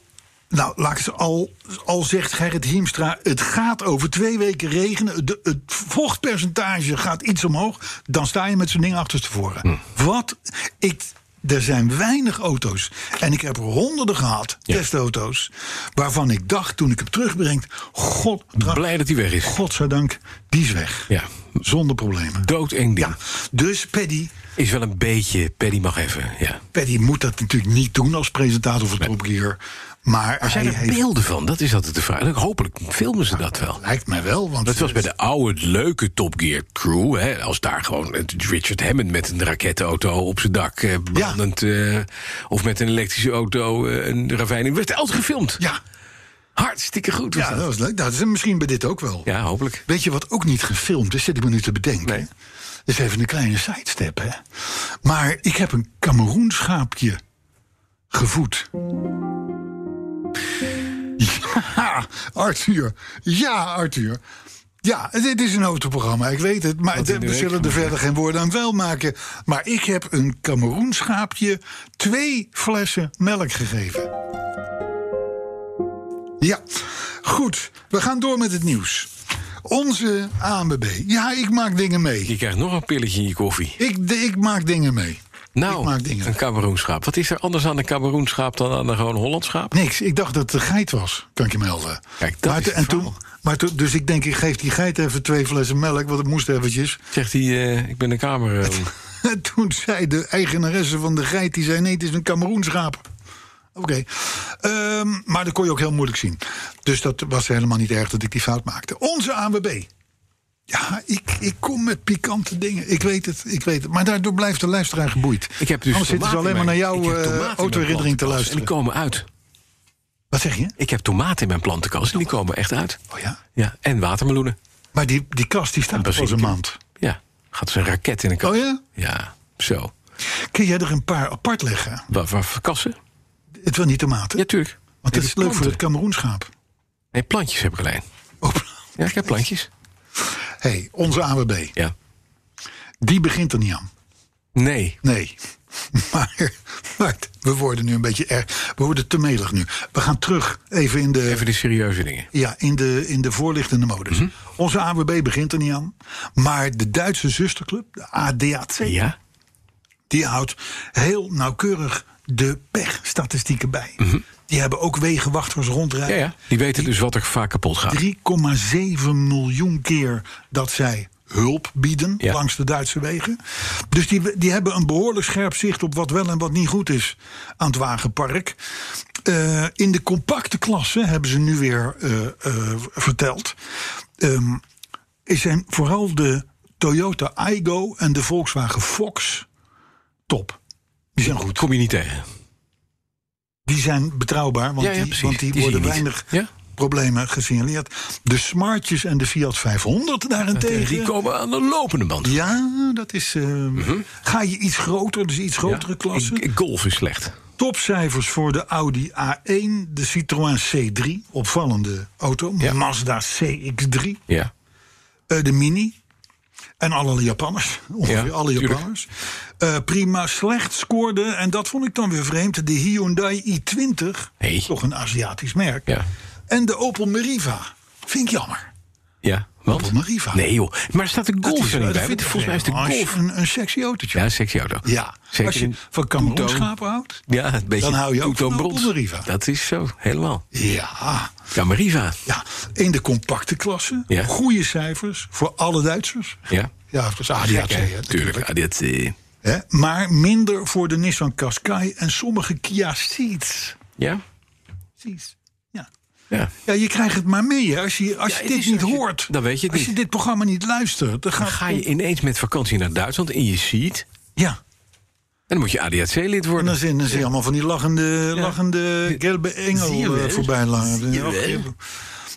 nou, laat ik ze al, al zegt Gerrit Hiemstra... het gaat over twee weken regenen, de, het vochtpercentage gaat iets omhoog... dan sta je met zo'n ding achterstevoren.
Hmm.
Wat? Ik, er zijn weinig auto's. En ik heb er honderden gehad, testauto's... waarvan ik dacht, toen ik hem terugbreng... God,
Blij dat hij weg is.
godzijdank, die is weg.
Ja.
Zonder problemen.
Doodeng ding.
Ja, dus Paddy...
Is wel een beetje... Paddy mag even, ja.
Paddy moet dat natuurlijk niet doen als presentator van Top Gear. Maar,
Zijn
hij
er
heeft...
beelden van? Dat is altijd de vraag. Hopelijk filmen ze dat wel.
Lijkt mij wel, want
Dat was bij de oude, leuke Top Gear crew. Hè, als daar gewoon het Richard Hammond met een raketauto op zijn dak eh, brandend... eh, of met een elektrische auto eh, een ravijn in... werd altijd gefilmd.
Ja,
Hartstikke goed was
ja dat
dat.
was leuk. Nou, Dat is misschien bij dit ook wel.
Ja, hopelijk.
Weet je wat ook niet gefilmd is, zit ik me nu te bedenken.
Nee.
Dat is even een kleine sidestep, hè. Maar ik heb een Kameroenschaapje gevoed. Ja, Arthur. Ja, Arthur. Ja, het, het is een autoprogramma, ik weet het. Maar
in de
we
week
zullen er
gaan
verder geen woorden aan wel maken. Maar ik heb een Kameroenschaapje twee flessen melk gegeven. Ja, goed. We gaan door met het nieuws. Onze ANBB. Ja, ik maak dingen mee.
Je krijgt nog een pilletje in je koffie.
Ik, de- ik maak dingen mee.
Nou,
Ik maak dingen.
een Cameroenschaap. Wat is er anders aan een Cameroenschaap dan aan een gewoon Hollandschaap?
Niks. Ik dacht dat het een geit was, kan ik je melden.
Kijk, dat
maar
is
te-
het
en toen,
verhaal.
maar toen, Dus ik denk, ik geef die geit even twee flessen melk, want het moest eventjes.
Zegt hij, eh, ik ben een Cameroen.
En toen zei de eigenaresse van de geit, die zei nee, het is een Kameroenschaap. Oké. Ehm, maar dat kon je ook heel moeilijk zien. Dus dat was helemaal niet erg dat ik die fout maakte. Onze ANWB. Ja, ik, ik kom met pikante dingen. Ik weet het, ik weet het. Maar daardoor blijft de luisteraar geboeid.
Ik heb dus
Anders zitten ze
tomaten
alleen maar
in
naar
mijn-
jouw
ik
eh,
heb tomaten in mijn
autoherinnering te
plantenkas En
luisteren.
die komen uit.
Wat zeg je?
Ik heb tomaten in mijn plantenkas en die komen echt uit.
Oh ja.
Ja, en watermeloenen.
Maar die, die kast die staat pas een
basilicum.
maand.
Ja, gaat als een raket in de kast.
Oh ja?
Ja, zo.
Kun jij er een paar apart leggen?
Waar, waar voor kassen?
Het wil niet tomaten.
Ja, tuurlijk.
want dat
Nee, die
is leuk voor
planten.
het Kameroenschaap.
Nee, plantjes heb ik alleen.
Oh,
Ja, ik heb plantjes.
hey, onze AWB.
Ja.
Die begint er niet aan.
Nee.
Nee. Maar, maar we worden nu een beetje erg. We worden te melig nu. We gaan terug even in de.
Even de serieuze dingen.
Ja, in de, in de voorlichtende modus.
Mhm.
Onze AWB begint er niet aan. Maar de Duitse zusterclub, de ADAC,
Ja?
die houdt heel nauwkeurig de pechstatistieken bij. Die hebben ook wegenwachters
Ja,
rondrijden.
Mhm. ja. Die weten dus wat er vaak kapot gaat.
3,7 miljoen keer dat zij hulp bieden
Ja.
langs de Duitse wegen. Dus die, die hebben een behoorlijk scherp zicht op wat wel en wat niet goed is aan het wagenpark. Eh, in de compacte klasse hebben ze nu weer eh, eh, verteld. ehm, is zijn vooral de Toyota Aygo en de Volkswagen Fox top. Die zijn goed.
Kom je niet tegen.
Die zijn betrouwbaar, want
Ja, ja,
die,
precies.
want die
Die zie
worden
je niet.
weinig
Ja.
problemen gesignaleerd. De Smartjes en de Fiat 500
Die
daarentegen.
komen aan de lopende band.
Ja, dat is. eh, Ga je iets groter, dus iets grotere klassen.
Mhm. Ik- ik- golf is slecht.
Topcijfers voor de Audi A1, de Citroën C3, opvallende auto.
Ja.
Mazda CX3,
Ja.
eh, de Mini. En alle Japanners. Ongeveer
Ja,
alle
tuurlijk.
Japanners. Eh, prima, slecht scoorde, en dat vond ik dan weer vreemd, de Hyundai i20.
Hey.
Toch een Aziatisch merk.
Ja.
En de Opel Meriva. Vind ik jammer.
Ja. Want?
Opel Meriva.
Nee joh. Maar staat de
Dat
golf
is-
er niet
dat
bij?
vind
Want
ik
volgens mij is de
wel. Als je
golf...
Een, een sexy autootje.
Ja, sexy auto.
Ja.
Zeker
Als je
in
van
toetoon.
Cameroenschaap houdt.
Ja, een beetje
Dan hou je ook
Toetoon
van Opel
Brons.
Meriva.
Dat is zo, helemaal.
Ja.
Camariva.
ja. In de compacte klasse.
Ja.
Goede cijfers voor alle Duitsers.
Ja.
Ja, dat is ADAC. hè,
Tuurlijk, eh,
natuurlijk.
ADAC.
Hè, Maar minder voor de Nissan Qashqai en sommige Kia Ceeds.
Ja?
Ceeds. Ja.
Ja.
Ja, je krijgt het maar mee. hè. Als je, als je
het
dit
is-
niet
als je-
hoort,
dan weet je het
als
niet.
je dit programma niet luistert, dan,
Dan
gaat-
ga je ineens met vakantie naar Duitsland en je ziet...
Ja,
En dan moet je ADAC-lid
En dan
worden.
zien, dan zie je allemaal van die lachende, lachende gelbe
Zie je
engel
wel,
eh, voorbij
zie je
langen.
wel.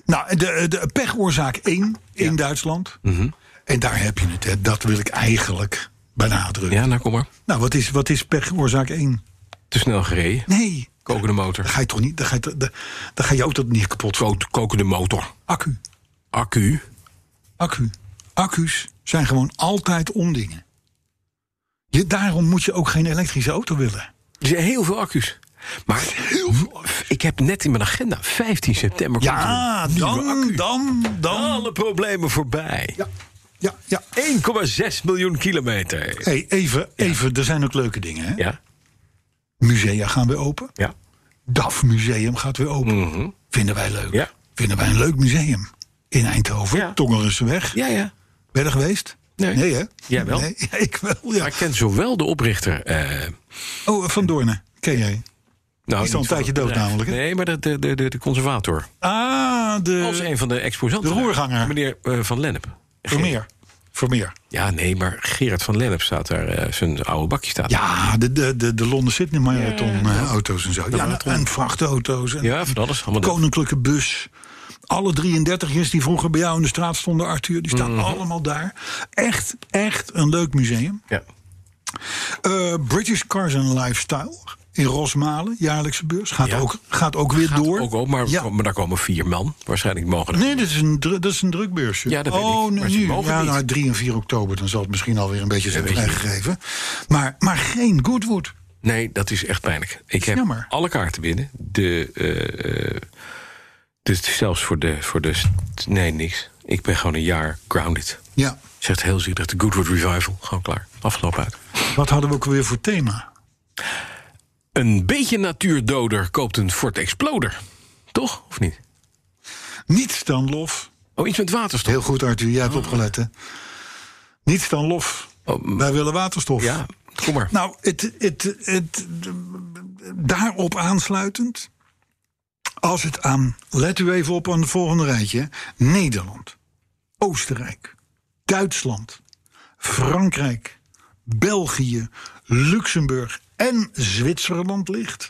Nou, de, de pechoorzaak 1 in Duitsland.
Mhm.
En daar heb je het, hè. dat wil ik eigenlijk benadrukken.
Ja, nou kom maar.
Nou, wat is, wat is pechoorzaak 1?
Te snel gereden.
Nee,
Kokende motor.
dan ga je toch niet, dan ga je, dan, dan ga je auto niet kapot.
Ko- Kokende motor.
Accu,
Accu.
accu. Accu's zijn gewoon altijd ondingen. Je, daarom moet je ook geen elektrische auto willen.
Er zijn heel veel accu's. Maar ik heb net in mijn agenda, 15 september... komt
Ja,
er een nieuwe
dan,
accu.
dan, dan.
Alle problemen voorbij.
Ja, ja, ja.
1,6 miljoen kilometer.
Hey, even, even, er zijn ook leuke dingen. Hè?
Ja,
Musea gaan weer open.
ja.
DAF Museum gaat weer open. Vinden wij leuk.
Mhm. Ja.
Vinden wij een leuk museum. In Eindhoven,
Ja.
Tongerensenweg.
Ja, ja.
Ben je er geweest?
Nee.
hè?
Jij wel?
Nee, ja, ik wel,
Maar
ja.
ik ken zowel de oprichter... eh,
Oh, Van Doornen, ken jij?
nou,
Die is al een
niet van
tijdje
het
dood
bedrijf.
namelijk, hè?
Nee, maar de, de, de, de- de conservator.
Ah,
Als
de
een van de exposanten.
de roerganger.
Meneer eh, Van Lennep.
Vermeer. Vermeer.
Ja, nee, maar Gerard van Lennep staat daar. eh, zijn oude bakje staat daar.
Ja, de, de, de, de Londen Sydney Marathon eh, auto's en zo. Ja, en vrachtauto's. En
Ja, van alles. Allemaal dat.
Koninklijke Bus. Alle 33ers die vroeger bij jou in de straat stonden, Arthur, die staan
Mhm.
allemaal daar. Echt, echt een leuk museum.
Ja.
Eh, British Cars and Lifestyle in Rosmalen, jaarlijkse beurs. Gaat,
Ja.
ook, gaat ook weer door.
Ook ook, maar,
Ja.
maar daar komen vier man. Waarschijnlijk mogen er-
Nee, dat is een, dru- dat is een drukbeursje.
Ja, dat weet
oh,
ik,
nu-
maar ze
nu.
mogen
ja,
niet.
nou, 3 en 4 oktober, dan zal het misschien alweer een beetje zijn
weet je niet.
vrijgegeven. Maar, maar geen Goodwood.
Nee, dat is echt pijnlijk. Ik heb
jammer.
alle kaarten binnen. De, eh, eh, dus zelfs voor de, voor de... st- Nee, niks. Ik ben gewoon een jaar grounded.
Ja.
Zegt heel zielig. De Goodwood Revival. Gewoon klaar. Afgelopen uit.
Wat hadden we ook weer voor thema?
Een beetje natuurdoder koopt een Ford Exploder. Toch? Of niet?
Niets dan lof.
Oh, iets met waterstof.
Heel goed, Arthur. Jij hebt opgelet, hè? Niets dan lof.
Oh, m-
Wij willen waterstof.
Ja, kom maar.
Nou, het, het, het, daarop aansluitend. Als het aan, let u even op aan het volgende rijtje: hè. Nederland, Oostenrijk, Duitsland, Frankrijk, België, Luxemburg en Zwitserland ligt.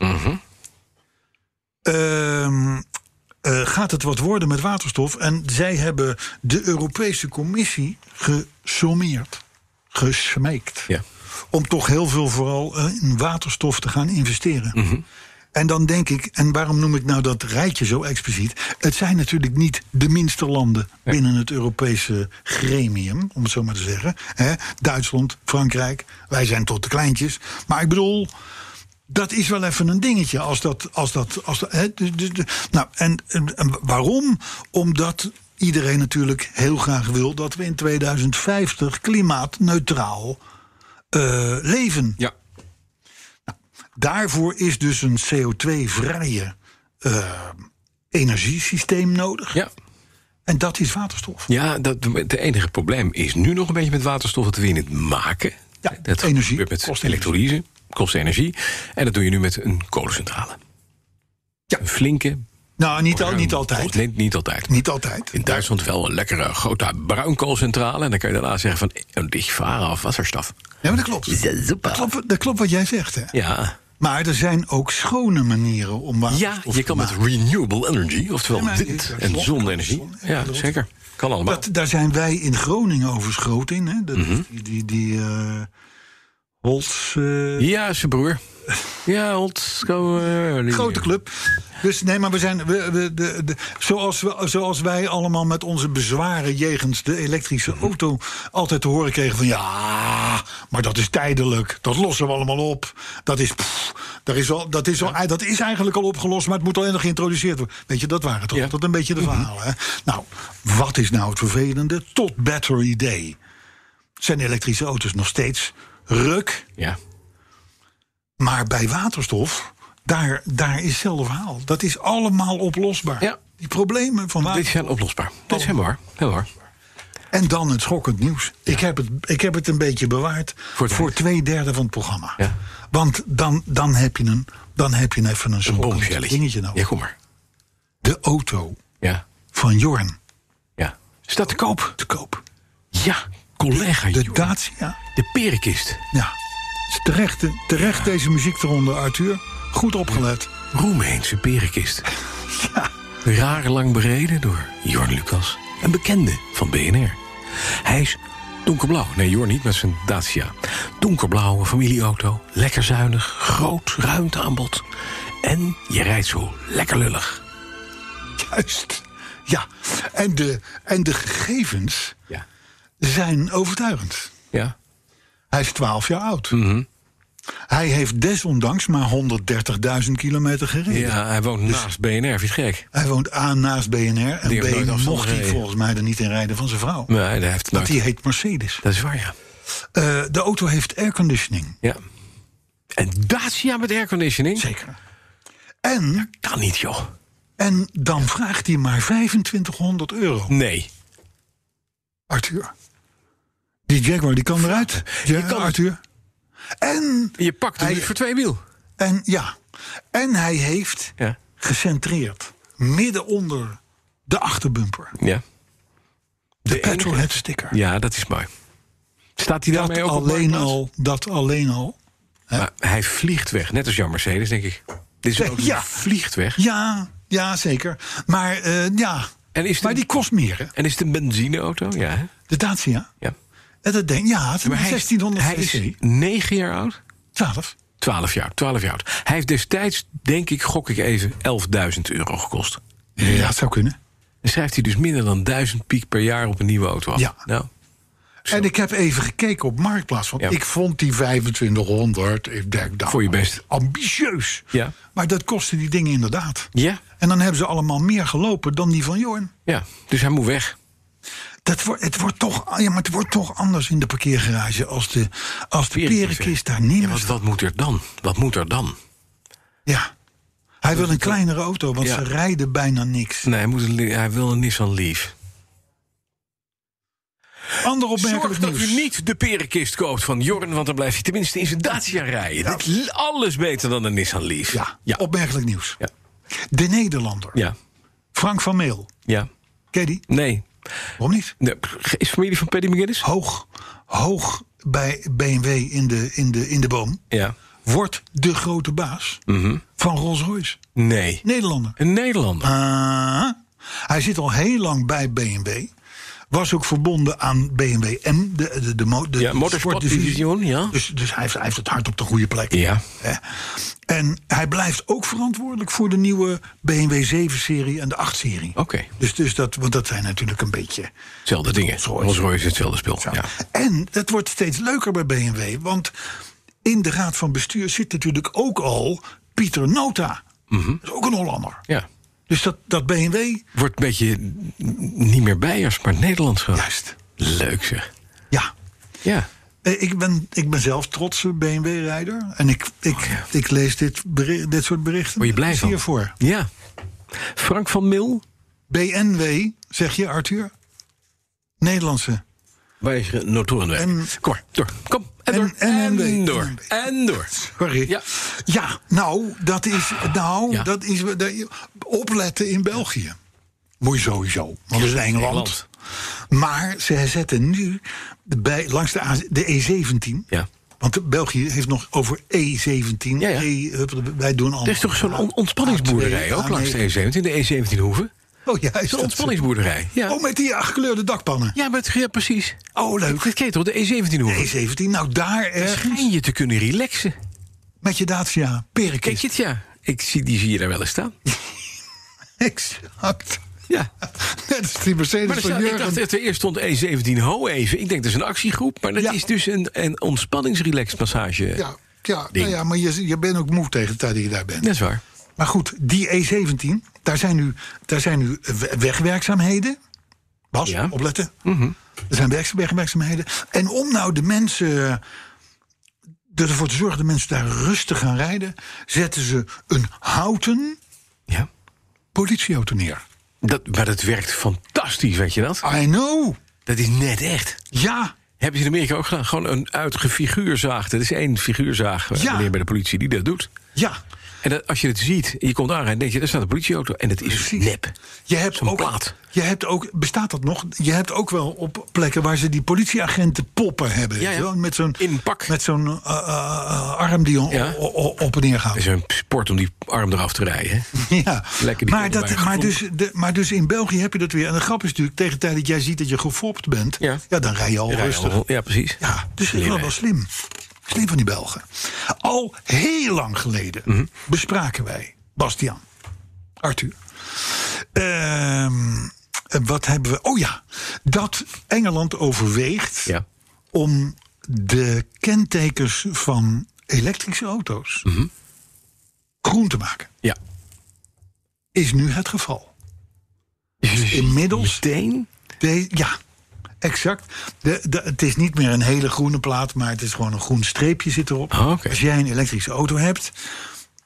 Ehm, eh, gaat het wat worden met waterstof? En zij hebben de Europese Commissie gesommeerd, gesmeekt
Ja.
om toch heel veel vooral eh, in waterstof te gaan investeren. En dan denk ik, en waarom noem ik nou dat rijtje zo expliciet? Het zijn natuurlijk niet de minste landen binnen het Europese gremium, om het zo maar te zeggen. Hè, Duitsland, Frankrijk, wij zijn tot de kleintjes. Maar ik bedoel, dat is wel even een dingetje. Als dat, als dat, als dat, hè, dus- dus- dus- nou, en, en- en waarom? Omdat iedereen natuurlijk heel graag wil dat we in 2050 klimaatneutraal eh, leven.
Ja.
Daarvoor is dus een CO2-vrije eh, energiesysteem nodig.
Ja.
En dat is waterstof.
Ja, dat, het enige probleem is nu nog een beetje met waterstof dat we in het maken.
Ja,
dat
energie,
gebeurt met
kost
elektrolyse, kost energie. En dat doe je nu met een kolencentrale. Ja. Een flinke.
Nou, niet, al,
bruin-
niet altijd.
Nee, niet altijd.
Niet altijd.
In Duitsland wel een lekkere grote bruinkoolcentrale. En dan kan je daarna zeggen van, "Eh, oh, ik vaar af wasserstof.
Ja, maar dat klopt. Dat klopt, dat klopt wat jij zegt, hè?
Ja,
Maar er zijn ook schone manieren om
ja
waterstof
je
te
kan met
maken.
renewable energy,
Ja,
oftewel
maar-
wind en zonne-energie. Ja, zeker. Kan allemaal.
Dat, daar zijn wij in Groningen over schoot in. Hè? Dat, Die, die, die eh, Holtz... eh,
Ja, zijn broer. Ja, Holtz.
Grote club. Dus nee, maar we zijn. We, we, de, de, zoals, we, zoals wij allemaal met onze bezwaren jegens de elektrische auto altijd te horen kregen: van ja, maar dat is tijdelijk. Dat lossen we allemaal op. Dat is. pff, daar is al, dat, is al, dat is eigenlijk al opgelost, maar het moet alleen nog geïntroduceerd worden. Weet je, dat waren toch
Ja.
altijd een beetje de verhalen. Hè? Nou, wat is nou het vervelende? Tot Battery Day zijn elektrische auto's nog steeds ruk.
Ja.
Maar bij waterstof, daar, daar is hetzelfde verhaal. Dat is allemaal oplosbaar.
Ja.
Die problemen van
Dit
waterstof.
zijn oplosbaar. Dit is helemaal waar. Helemaal waar.
En dan het schokkend nieuws. Ik, heb het, ik heb het een beetje bewaard voor,
het eind.
twee derde van het programma.
Ja.
Want dan, dan, heb je een, dan heb je even een schokkend
Boomshelletje.
dingetje nou.
Ja, kom maar.
De auto
Ja.
van Jorn
Ja. Staat te koop.
te koop.
Ja, collega.
De
joh.
Dacia.
de perenkist.
Ja. Terecht, eh, terecht deze muziek eronder, Arthur. Goed opgelet.
Roemeense perenkist.
Ja.
Jarenlang bereden door Jorn Lucas. Een bekende van BNR. Hij is donkerblauw. Nee, Jorn niet, met zijn Dacia. Donkerblauwe familieauto. Lekker zuinig. Groot ruimteaanbod. En je rijdt zo lekker lullig.
Juist. Ja. En de, en de gegevens
Ja.
zijn overtuigend.
Ja.
Hij is 12 jaar oud.
Mhm.
Hij heeft desondanks maar 130.000 kilometer gereden.
Ja, hij woont naast BNR. Vind je het gek?
Hij woont A naast BNR en
Die heeft nooit
B
afstand
mocht hij
gereden.
volgens mij er niet in rijden van zijn vrouw.
Nee, hij heeft
Want
nooit-
die heet Mercedes.
Dat is waar, ja.
Eh, de auto heeft airconditioning.
Ja. En Dacia met airconditioning?
Zeker. En,
Kan niet, joh.
en dan vraagt hij maar 2500 euro.
Nee.
Arthur. Die Jaguar die kan eruit. Ja,
kan-
Arthur. En,
Je pakt hem
Hij-
niet voor twee wiel.
en, ja. en hij heeft
Ja.
gecentreerd. Midden onder de achterbumper.
Ja.
De,
enige-
petrolhead sticker.
Ja, dat is mooi. Staat hij
dat,
daarmee ook op
alleen
Marktplaats?
al, dat alleen al.
Maar hij vliegt weg, net als Jan Mercedes, denk ik. Dit is ook
Ja.
vliegt weg.
Ja, ja zeker. Maar, eh, ja.
En is het
maar
een-
die kost meer, hè?
En is het een benzineauto? Ja, hè?
De Dacia.
ja.
En dat denk ja, het is
Maar
een
hij,
1600
hij is
cc.
9 jaar oud?
12.
12 jaar, 12 jaar oud. Hij heeft destijds, denk ik, gok ik even, 11.000 euro gekost.
Ja, het zou kunnen.
Dan schrijft hij dus minder dan 1000 piek per jaar op een nieuwe auto af.
Ja.
Nou,
En ik heb even gekeken op Marktplaats. Want
Ja.
ik vond die 2500, ik denk dat...
Voor je best.
Ambitieus.
Ja.
Maar dat kostte die dingen inderdaad.
ja.
En dan hebben ze allemaal meer gelopen dan die van Jorn.
ja, dus hij moet weg.
Dat wordt, het, wordt toch, ah, ja, maar het wordt toch anders in de parkeergarage als de, als de
Perenkist,
perenkist daar niet
Ja,
meer
wat,
staat.
wat moet er dan? Wat moet er dan?
Ja. Hij wil een kleinere auto, want
Ja.
ze rijden bijna niks.
Nee, hij, moet een, hij wil een Nissan Leaf.
Ander
Zorg
opmerkelijk
dat
nieuws.
u niet de perenkist koopt van Jorn... want dan blijft hij tenminste in zijn Dacia rijden. Dit is alles beter dan een Nissan Leaf.
Ja,
Ja.
opmerkelijk nieuws.
Ja.
De Nederlander,
Ja.
Frank van Meel.
ja.
Ken je die?
Nee.
Waarom niet?
Nee, pff, Is familie van Paddy McGinnis?
Hoog, hoog bij BMW in de, in de, in de boom.
Ja.
Wordt de grote baas
Mhm.
van Rolls-Royce.
Nee.
Nederlander.
Een Nederlander.
Ah, hij zit al heel lang bij BMW. Was ook verbonden aan BMW M, de, de, de, mo- de,
Ja,
de
motorsportdivisie,
sportdivisie.
ja.
Dus, dus hij, heeft, hij heeft het hart op de goede plek.
Ja.
Hè. En hij blijft ook verantwoordelijk voor de nieuwe BMW 7-serie en de 8-serie.
Oké.
Dus, dus dat, want dat zijn natuurlijk een beetje...
Hetzelfde dingen.
Rolls-Royce.
Rolls-Royce is hetzelfde spul. Ja.
En het wordt steeds leuker bij BMW. Want in de raad van bestuur zit natuurlijk ook al Pieter Nota. Dat is ook een Hollander.
Mhm. ja.
Dus dat, dat BMW...
Wordt een beetje mm, niet meer bijers, maar Nederlands gewoon.
Juist.
Leuk zeg.
Ja.
Ja.
Eh, Ik ben, ik ben zelf eh, trotse BMW-rijder. En ik, ik, ik lees dit, beri- dit soort berichten.
Oh, Word je blij
Is
van?
Hiervoor.
Ja. Frank van Mil.
BNW, zeg je Arthur? Nederlandse.
Wij is Noord-Horenweg.
En-
Kom maar, door. Kom, en
En-
door.
en MB.
door.
MB.
En door.
Sorry.
Ja. Ah.
Ja, nou, dat is. Nou,
Ja.
dat is daar- opletten in België. Moet je sowieso, want het is Engeland.
Engeland.
Maar ze zetten nu bij, langs de, A- de E17.
Ja.
Want de- België heeft nog over E17.
Ja, ja.
E, hup, wij doen allemaal.
Er is toch zo'n on- ontspanningsboerderij
A2,
ook langs
A9.
de E17, de E17 Hoeven?
Oh ja, is
Zo'n
dat zo?
ontspanningsboerderij. Ja,
Oh, met die gekleurde dakpannen.
ja, maar het- ja precies.
Oh, leuk.
Dat ken je toch, de E17 Hoeven?
E17, nou daar ergens.
Schijn je te kunnen relaxen.
Met je Dacia
Kijk je
Perenkist.
het, ja. Ik zie, die zie je daar wel eens staan.
Exact.
Ja.
Net als die Mercedes
Maar er
van
staat, ik
Jurgen.
dacht dat er eerst stond E17 Ho even. Ik denk dat is een actiegroep, maar dat
Ja.
is dus een, een ontspanningsrelaxmassage.
Ja, ja,
Ding.
nou ja maar je, je bent ook moe tegen de tijd dat je daar bent.
Dat is waar.
Maar goed, die E17, daar zijn nu, daar zijn nu we- wegwerkzaamheden. Bas,
Ja.
opletten. Er zijn werkza- wegwerkzaamheden. En om nou de mensen... er- ervoor te zorgen dat mensen daar rustig gaan rijden... zetten ze een houten
Ja.
politieauto neer.
Dat, maar dat werkt fantastisch, weet je dat?
I know.
Dat is net echt.
Ja,
Hebben ze in Amerika ook gedaan? Gewoon een uitgefiguurzaag. Dat is één figuurzaag, eh,
Ja.
meneer bij de politie, die dat doet.
ja.
En dat, als je het ziet en je komt aanrijden, denk je, daar staat een politieauto. En het is
Precies.
nep.
Je hebt,
Zo'n
ook,
plaat.
je hebt ook, bestaat dat nog? Je hebt ook wel op plekken waar ze die politieagenten poppen hebben.
Ja, ja.
weet je wel, Met zo'n,
In een pak.
Met zo'n eh, eh, eh, arm die o-
Ja.
o- o- op en neer gaat.
Het is een sport om die arm eraf te rijden. hè?
Ja.
Lekker die
Maar,
konden
dat,
bij
maar,
een
dus, de, maar dus in België heb je dat weer. En de grap is natuurlijk, tegen de tijd dat jij ziet dat je gefopt bent...
Ja.
Ja, dan rij je al
Rijden
rustig.
allemaal. Ja, precies.
Ja, dus dat
Slim,
is wel,
hè?
wel slim. Slim van die Belgen. Al heel lang geleden bespraken wij, Bastiaan, Arthur. Ehm, en wat hebben we? Oh ja, dat Engeland overweegt
Ja.
om de kentekens van elektrische auto's groen te maken.
Ja.
Is nu het geval. Inmiddels
Meteen?
De- ja, exact. De, de- het is niet meer een hele groene plaat, maar het is gewoon een groen streepje zit erop.
Ah, oké.
Als jij een elektrische auto hebt,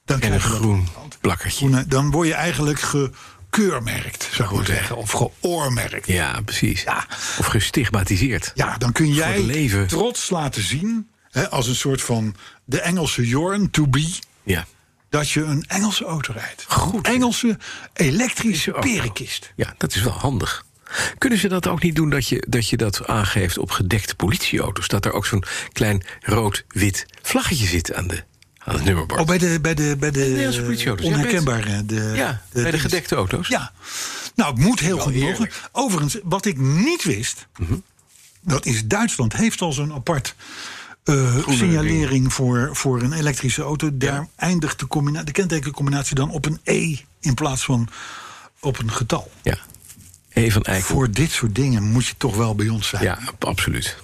dan
En
krijg
een
je dat
groen
altijd.
plakkertje.
groene. Dan word je eigenlijk gekeurmerkt, zou ik maar zeggen. Of geoormerkt.
Ja, precies. Of gestigmatiseerd.
Ja, dan kun jij
het leven.
trots laten zien, hè, als een soort van de Engelse Jorn to be,
Ja.
dat je een Engelse auto rijdt.
Goed.
Engelse elektrische
auto.
perenkist.
Ja, dat is wel handig. Kunnen ze dat ook niet doen dat je dat, je dat aangeeft op gedekte politieauto's? Dat er ook zo'n klein rood-wit vlaggetje zit aan, de, aan het nummerbord.
Oh, bij de, bij de, bij de,
Nederlandse politieauto's, ja,
onherkenbare. eh, de,
ja, bij de
ding.
gedekte auto's.
Ja, nou, het moet heel goed mogen.
eerlijk. Mhm.
Overigens, wat ik niet wist, dat is Duitsland heeft al zo'n apart eh, signalering voor, voor een elektrische auto. Daar eindigt de, combina- de kentekencombinatie dan op een E in plaats van op een getal.
Ja. E van Eyck.
Voor dit soort dingen moet je toch wel bij ons zijn.
Ja, ab- absoluut.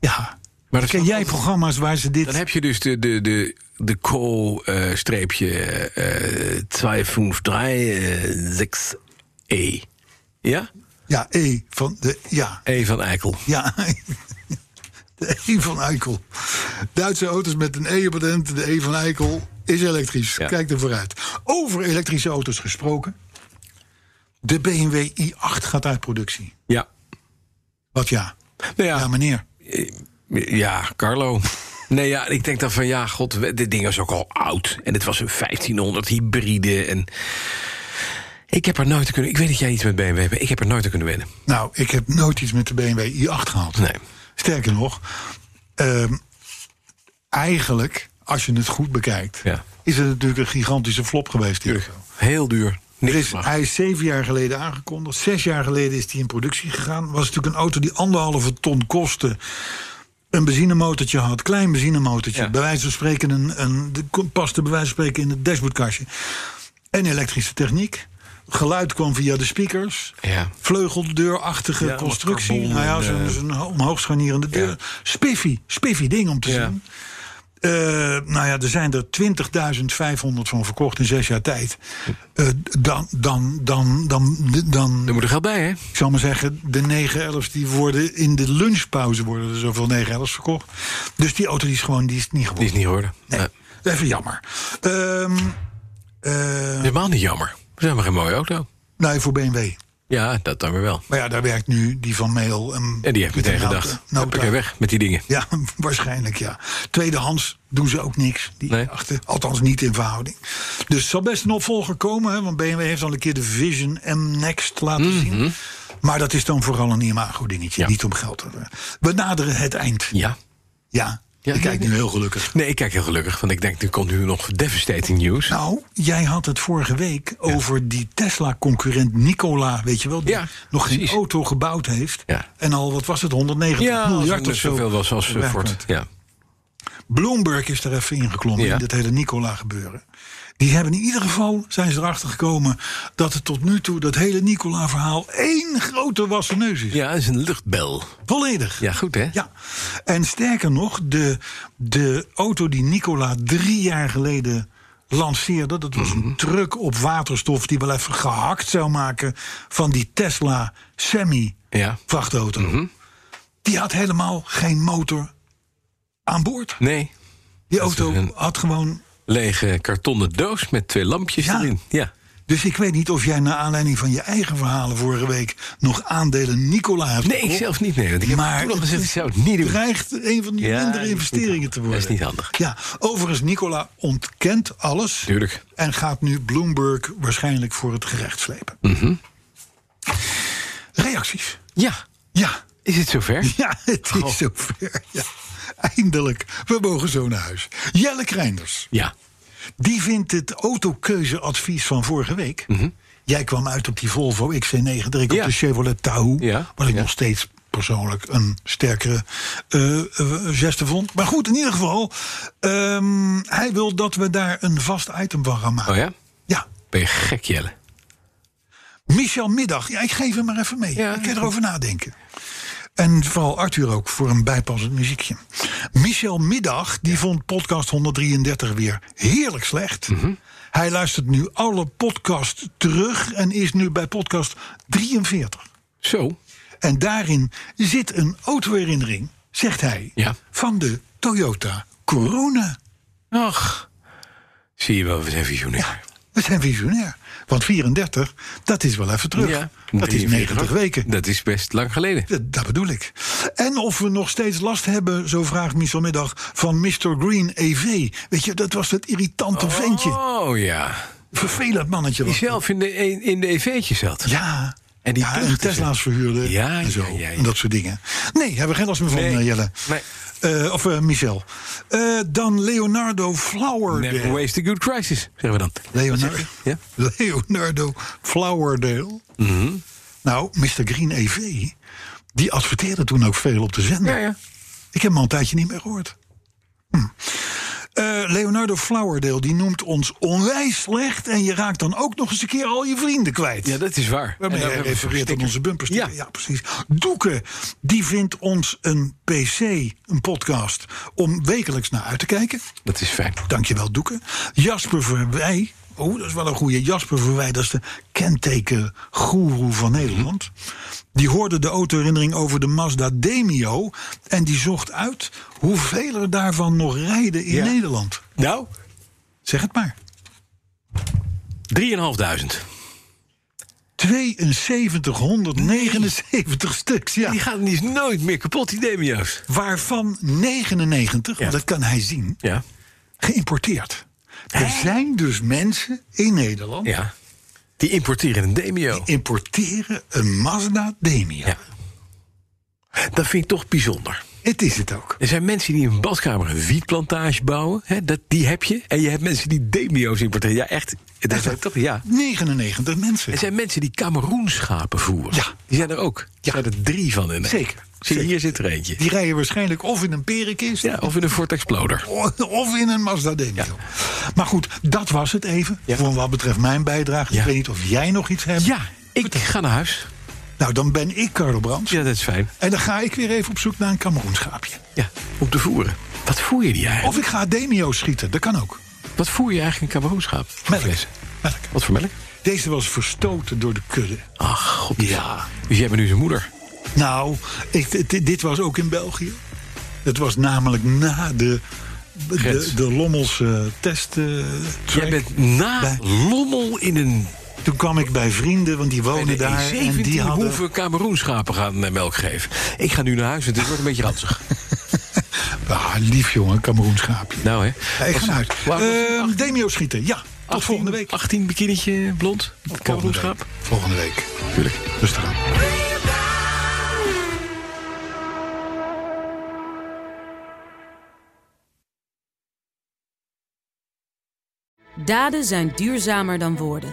Ja.
Maar dat
Ken
is-
jij programma's waar ze dit...
Dan heb je dus de, de, de, de eh, kool-streepje eh, 253 6E. eh, E. Ja?
Ja, E van de. Ja,
E van Eikel.
ja. De E van Eikel. Duitse auto's met een E op het end, de E van Eikel, is elektrisch.
Ja.
Kijk er vooruit. Over elektrische auto's gesproken. De BMW i8 gaat uit productie.
Ja.
Wat ja.
Nou
Ja,
ja,
meneer.
ja, Carlo. Nee, ja, ik denk dan van ja, god, we- dit ding was ook al oud. En het was een 1500 hybride. En ik heb er nooit te kunnen. Ik weet dat jij iets met BMW hebt. maar Ik heb er nooit te kunnen wennen.
Nou, ik heb nooit iets met de BMW i8 gehad.
Nee.
Sterker nog, ehm, eigenlijk, als je het goed bekijkt,
Ja.
is het natuurlijk een gigantische flop geweest. die auto.
Heel duur. Niks
Er is,
gebracht.
hij is zeven jaar geleden aangekondigd. Zes jaar geleden is hij in productie gegaan. Was natuurlijk een auto die anderhalve ton kostte. Een benzinemotortje had, klein benzinemotortje.
Ja.
Bij wijze van spreken, een, een, de, paste bij wijze van spreken in het dashboardkastje. En elektrische techniek. Geluid kwam via de speakers.
Ja.
Vleugeldeurachtige
Ja,
constructie.
allemaal
Nou ja,
carbon en,
zo'n
eh,
zo'n omhoog scharnierende deur.
Ja.
Spiffy, spiffy ding om te
Ja.
zien. Eh, nou ja, er zijn er 20.500 van verkocht in zes jaar tijd. Eh, dan, dan, dan, dan, dan,
Er moet er geld bij, hè?
ik zal maar zeggen, de 911's die worden in de lunchpauze worden er zoveel 911's verkocht. Dus die auto die is gewoon, die is niet
Die is
geworden.
niet geworden.
Nee.
Nee.
Even jammer. Ehm eh,
Helemaal niet jammer. We zijn maar geen mooie auto.
nee, voor BMW.
Ja, dat dan weer wel.
Maar ja, daar werkt nu die van ehm, Mail. En
En die heeft meteen gedacht. Nou, ik weg met die dingen.
Ja, waarschijnlijk ja. Tweedehands doen ze ook niks. Die
Nee.
achter, althans niet in verhouding. Dus er zal best een opvolger komen. Hè, want BMW heeft al een keer de Vision M Next laten zien. Maar dat is dan vooral een imago dingetje.
Mhm. Ja.
Niet om geld. te- We naderen het eind.
Ja.
Ja,
Ja,
ik
nee,
kijk
nee.
nu heel gelukkig.
Nee, ik kijk heel gelukkig. Want ik denk, nu komt nu nog devastating news.
Nou, jij had het vorige week over die Tesla-concurrent Nikola, weet je wel, die
Ja,
nog
precies.
geen auto gebouwd heeft.
Ja.
En al, wat was het, 190 miljard
net
of zo.
zoveel was als eh,
Ja,
Ford. Ja.
Bloomberg is er even ingeklommen
Ja.
in dit hele Nicola gebeuren. Die hebben in ieder geval, zijn ze erachter gekomen... dat het tot nu toe, dat hele Nicola verhaal... één grote wassen neus is.
ja, dat is een luchtbel.
Volledig.
Ja, goed hè?
Ja. En sterker nog, de, de auto die Nicola drie jaar geleden lanceerde... dat was
Mhm.
een truck op waterstof die wel even gehakt zou maken... van die Tesla
Ja.
Semi-vrachtauto.
Mhm.
Die had helemaal geen motor aan boord.
Nee,
Die
Dat is
auto
een-
had gewoon.
lege kartonnen doos met twee lampjes
Ja.
erin. Ja.
Dus ik weet niet of jij naar aanleiding van je eigen verhalen vorige week nog aandelen Nicola hebt.
Nee, ik
gekocht.
zelf niet. Nee, want ik heb
Maar
toen al gezegd,
is-
ik zou Oh. het niet doen.
dreigt een van die
Ja, dat is
mindere
niet
investeringen
handig.
te worden.
Dat is niet handig.
Ja, overigens, Nicola ontkent alles.
Tuurlijk.
En gaat nu Bloomberg waarschijnlijk voor het gerecht slepen.
Mhm.
Reacties.
Ja,
Ja,
is het zover?
ja, het is
Oh.
zover. Ja. Eindelijk, we mogen zo naar huis. Jelle Kreinders.
Ja.
Die vindt het autokeuzeadvies van vorige week. Jij kwam uit op die Volvo XC90, ik
Mhm. Ja.
op de Chevrolet Tahoe.
Ja,
Wat ik
ja.
nog steeds persoonlijk een sterkere eh, eh, geste vond. Maar goed, in ieder geval, ehm, hij wil dat we daar een vast item van gaan maken.
Oh ja?
Ja.
Ben je gek, Jelle?
Michel Middag, ja, ik geef hem maar even mee.
Ja.
ik kan erover nadenken. En vooral Arthur ook voor een bijpassend muziekje. Michel Middag, die vond podcast 133 weer heerlijk slecht.
Mhm.
Hij luistert nu alle podcasts terug en is nu bij podcast 43.
Zo.
En daarin zit een autoherinnering, zegt hij,
Ja.
van de Toyota Corona.
Ach. Zie je wel, we zijn visionair.
We zijn visionair. Want 34, dat is wel even terug. dat is 90 weken.
Dat is best lang geleden.
Dat, dat bedoel ik. En of we nog steeds last hebben, zo vraagt Michel Middag, van Mr. Green EV. Weet je, dat was dat irritante ventje.
Oh ja.
Vervelend mannetje
Die
was.
zelf in de, in de EV'tje zat.
Ja.
En die
ja, en
tuchten
Tesla's verhuurde
Ja,
en zo.
ja, ja, ja.
En dat soort dingen. Nee, hebben we geen last meer van,
Nee.
eh, Jelle.
Nee.
Eh, of eh, Michel. Eh, dan Leonardo Flowerdale.
Never waste a good crisis, zeggen we dan.
Leonardo,
Ja. Mhm.
Leonardo Flowerdale. Nou, Mr. Green EV, die adverteerde toen ook veel op de zender.
Ja, ja.
Ik heb hem al een tijdje niet meer gehoord. Hm. Eh, Leonardo Flowerdale die noemt ons onwijs slecht... en je raakt dan ook nog eens een keer al je vrienden kwijt.
Ja, dat is waar.
Waarmee
En dan
hij
hebben we
refereert aan
verstikkers.
onze bumpers.
Ja.
Ja. precies. Doeken, die vindt ons een PC, een podcast... om wekelijks naar uit te kijken.
Dat is fijn.
Dankjewel, Doeken. Jasper Verwij, oh, dat is wel een goede Jasper Verwij, dat is de kentekengoeroe van Nederland. Die hoorde de autoherinnering over de Mazda Demio en die zocht uit hoeveel er daarvan nog rijden in
Ja.
Nederland.
Nou,
Zeg het maar.
3.500.
7279 stuks, ja.
die gaan die is nooit meer kapot, die Demio's.
Waarvan 99, want dat kan hij zien,
Ja.
geïmporteerd. Er zijn dus mensen in Nederland
ja. Die importeren een Demio.
die importeren een Mazda Demio.
Ja. Dat vind ik toch bijzonder.
Het is het ook.
Er zijn mensen die in een badkamer een wietplantage bouwen. Hè, dat, die heb je. En je hebt mensen die demio's importeren. Ja, echt. Dat zijn toch, ja.
99 mensen.
Er zijn mensen die Cameroenschapen voeren.
Ja.
Die zijn er ook. Er zijn er drie van in.
Zeker.
Zie, je,
Zeker.
hier zit er eentje.
Die rijden waarschijnlijk of in een perenkist
Ja, of in een Ford Exploder.
of in een Mazda Demio. Maar goed, dat was het even. Voor wat betreft mijn bijdrage.
Ja.
Ik weet niet of jij nog iets hebt.
Ja, ik ga naar huis.
Nou, dan ben ik Carlo Brands.
Ja, dat is fijn.
En dan ga ik weer even op zoek naar een Cameroenschaapje.
Ja, om te voeren. Wat voer je die eigenlijk?
Of ik ga Demio schieten, dat kan ook.
Wat voer je eigenlijk een Cameroenschaap? Voor
Melk.
vlees?
Melk.
Wat voor melk?
Deze was verstoten door de kudde.
Ach, god. Ja. Dus jij bent nu zijn moeder.
Nou, ik, dit, dit was ook in België. Het was namelijk na de, de,
Gids.
de Lommelse test. eh,
Jij
track.
bent na
Bij-
Lommel in een
Toen kwam ik bij E vrienden, want die
Nee,
woonden
nee,
daar.
in
En
17
die hadden...
hoeven Cameroenschapen gaan eh, melk geven. Ik ga nu naar huis, want het wordt een beetje ranzig.
Ah, lief jongen, Cameroenschaapje.
nou hè.
Ja, ik ga naar huis.
Waar was
Ehm, Demio schieten, ja. Tot
18
volgende week.
18 bikinietje blond, Cameroenschaap.
Volgende week.
Tuurlijk.
Rustig aan.
Daden zijn duurzamer dan woorden.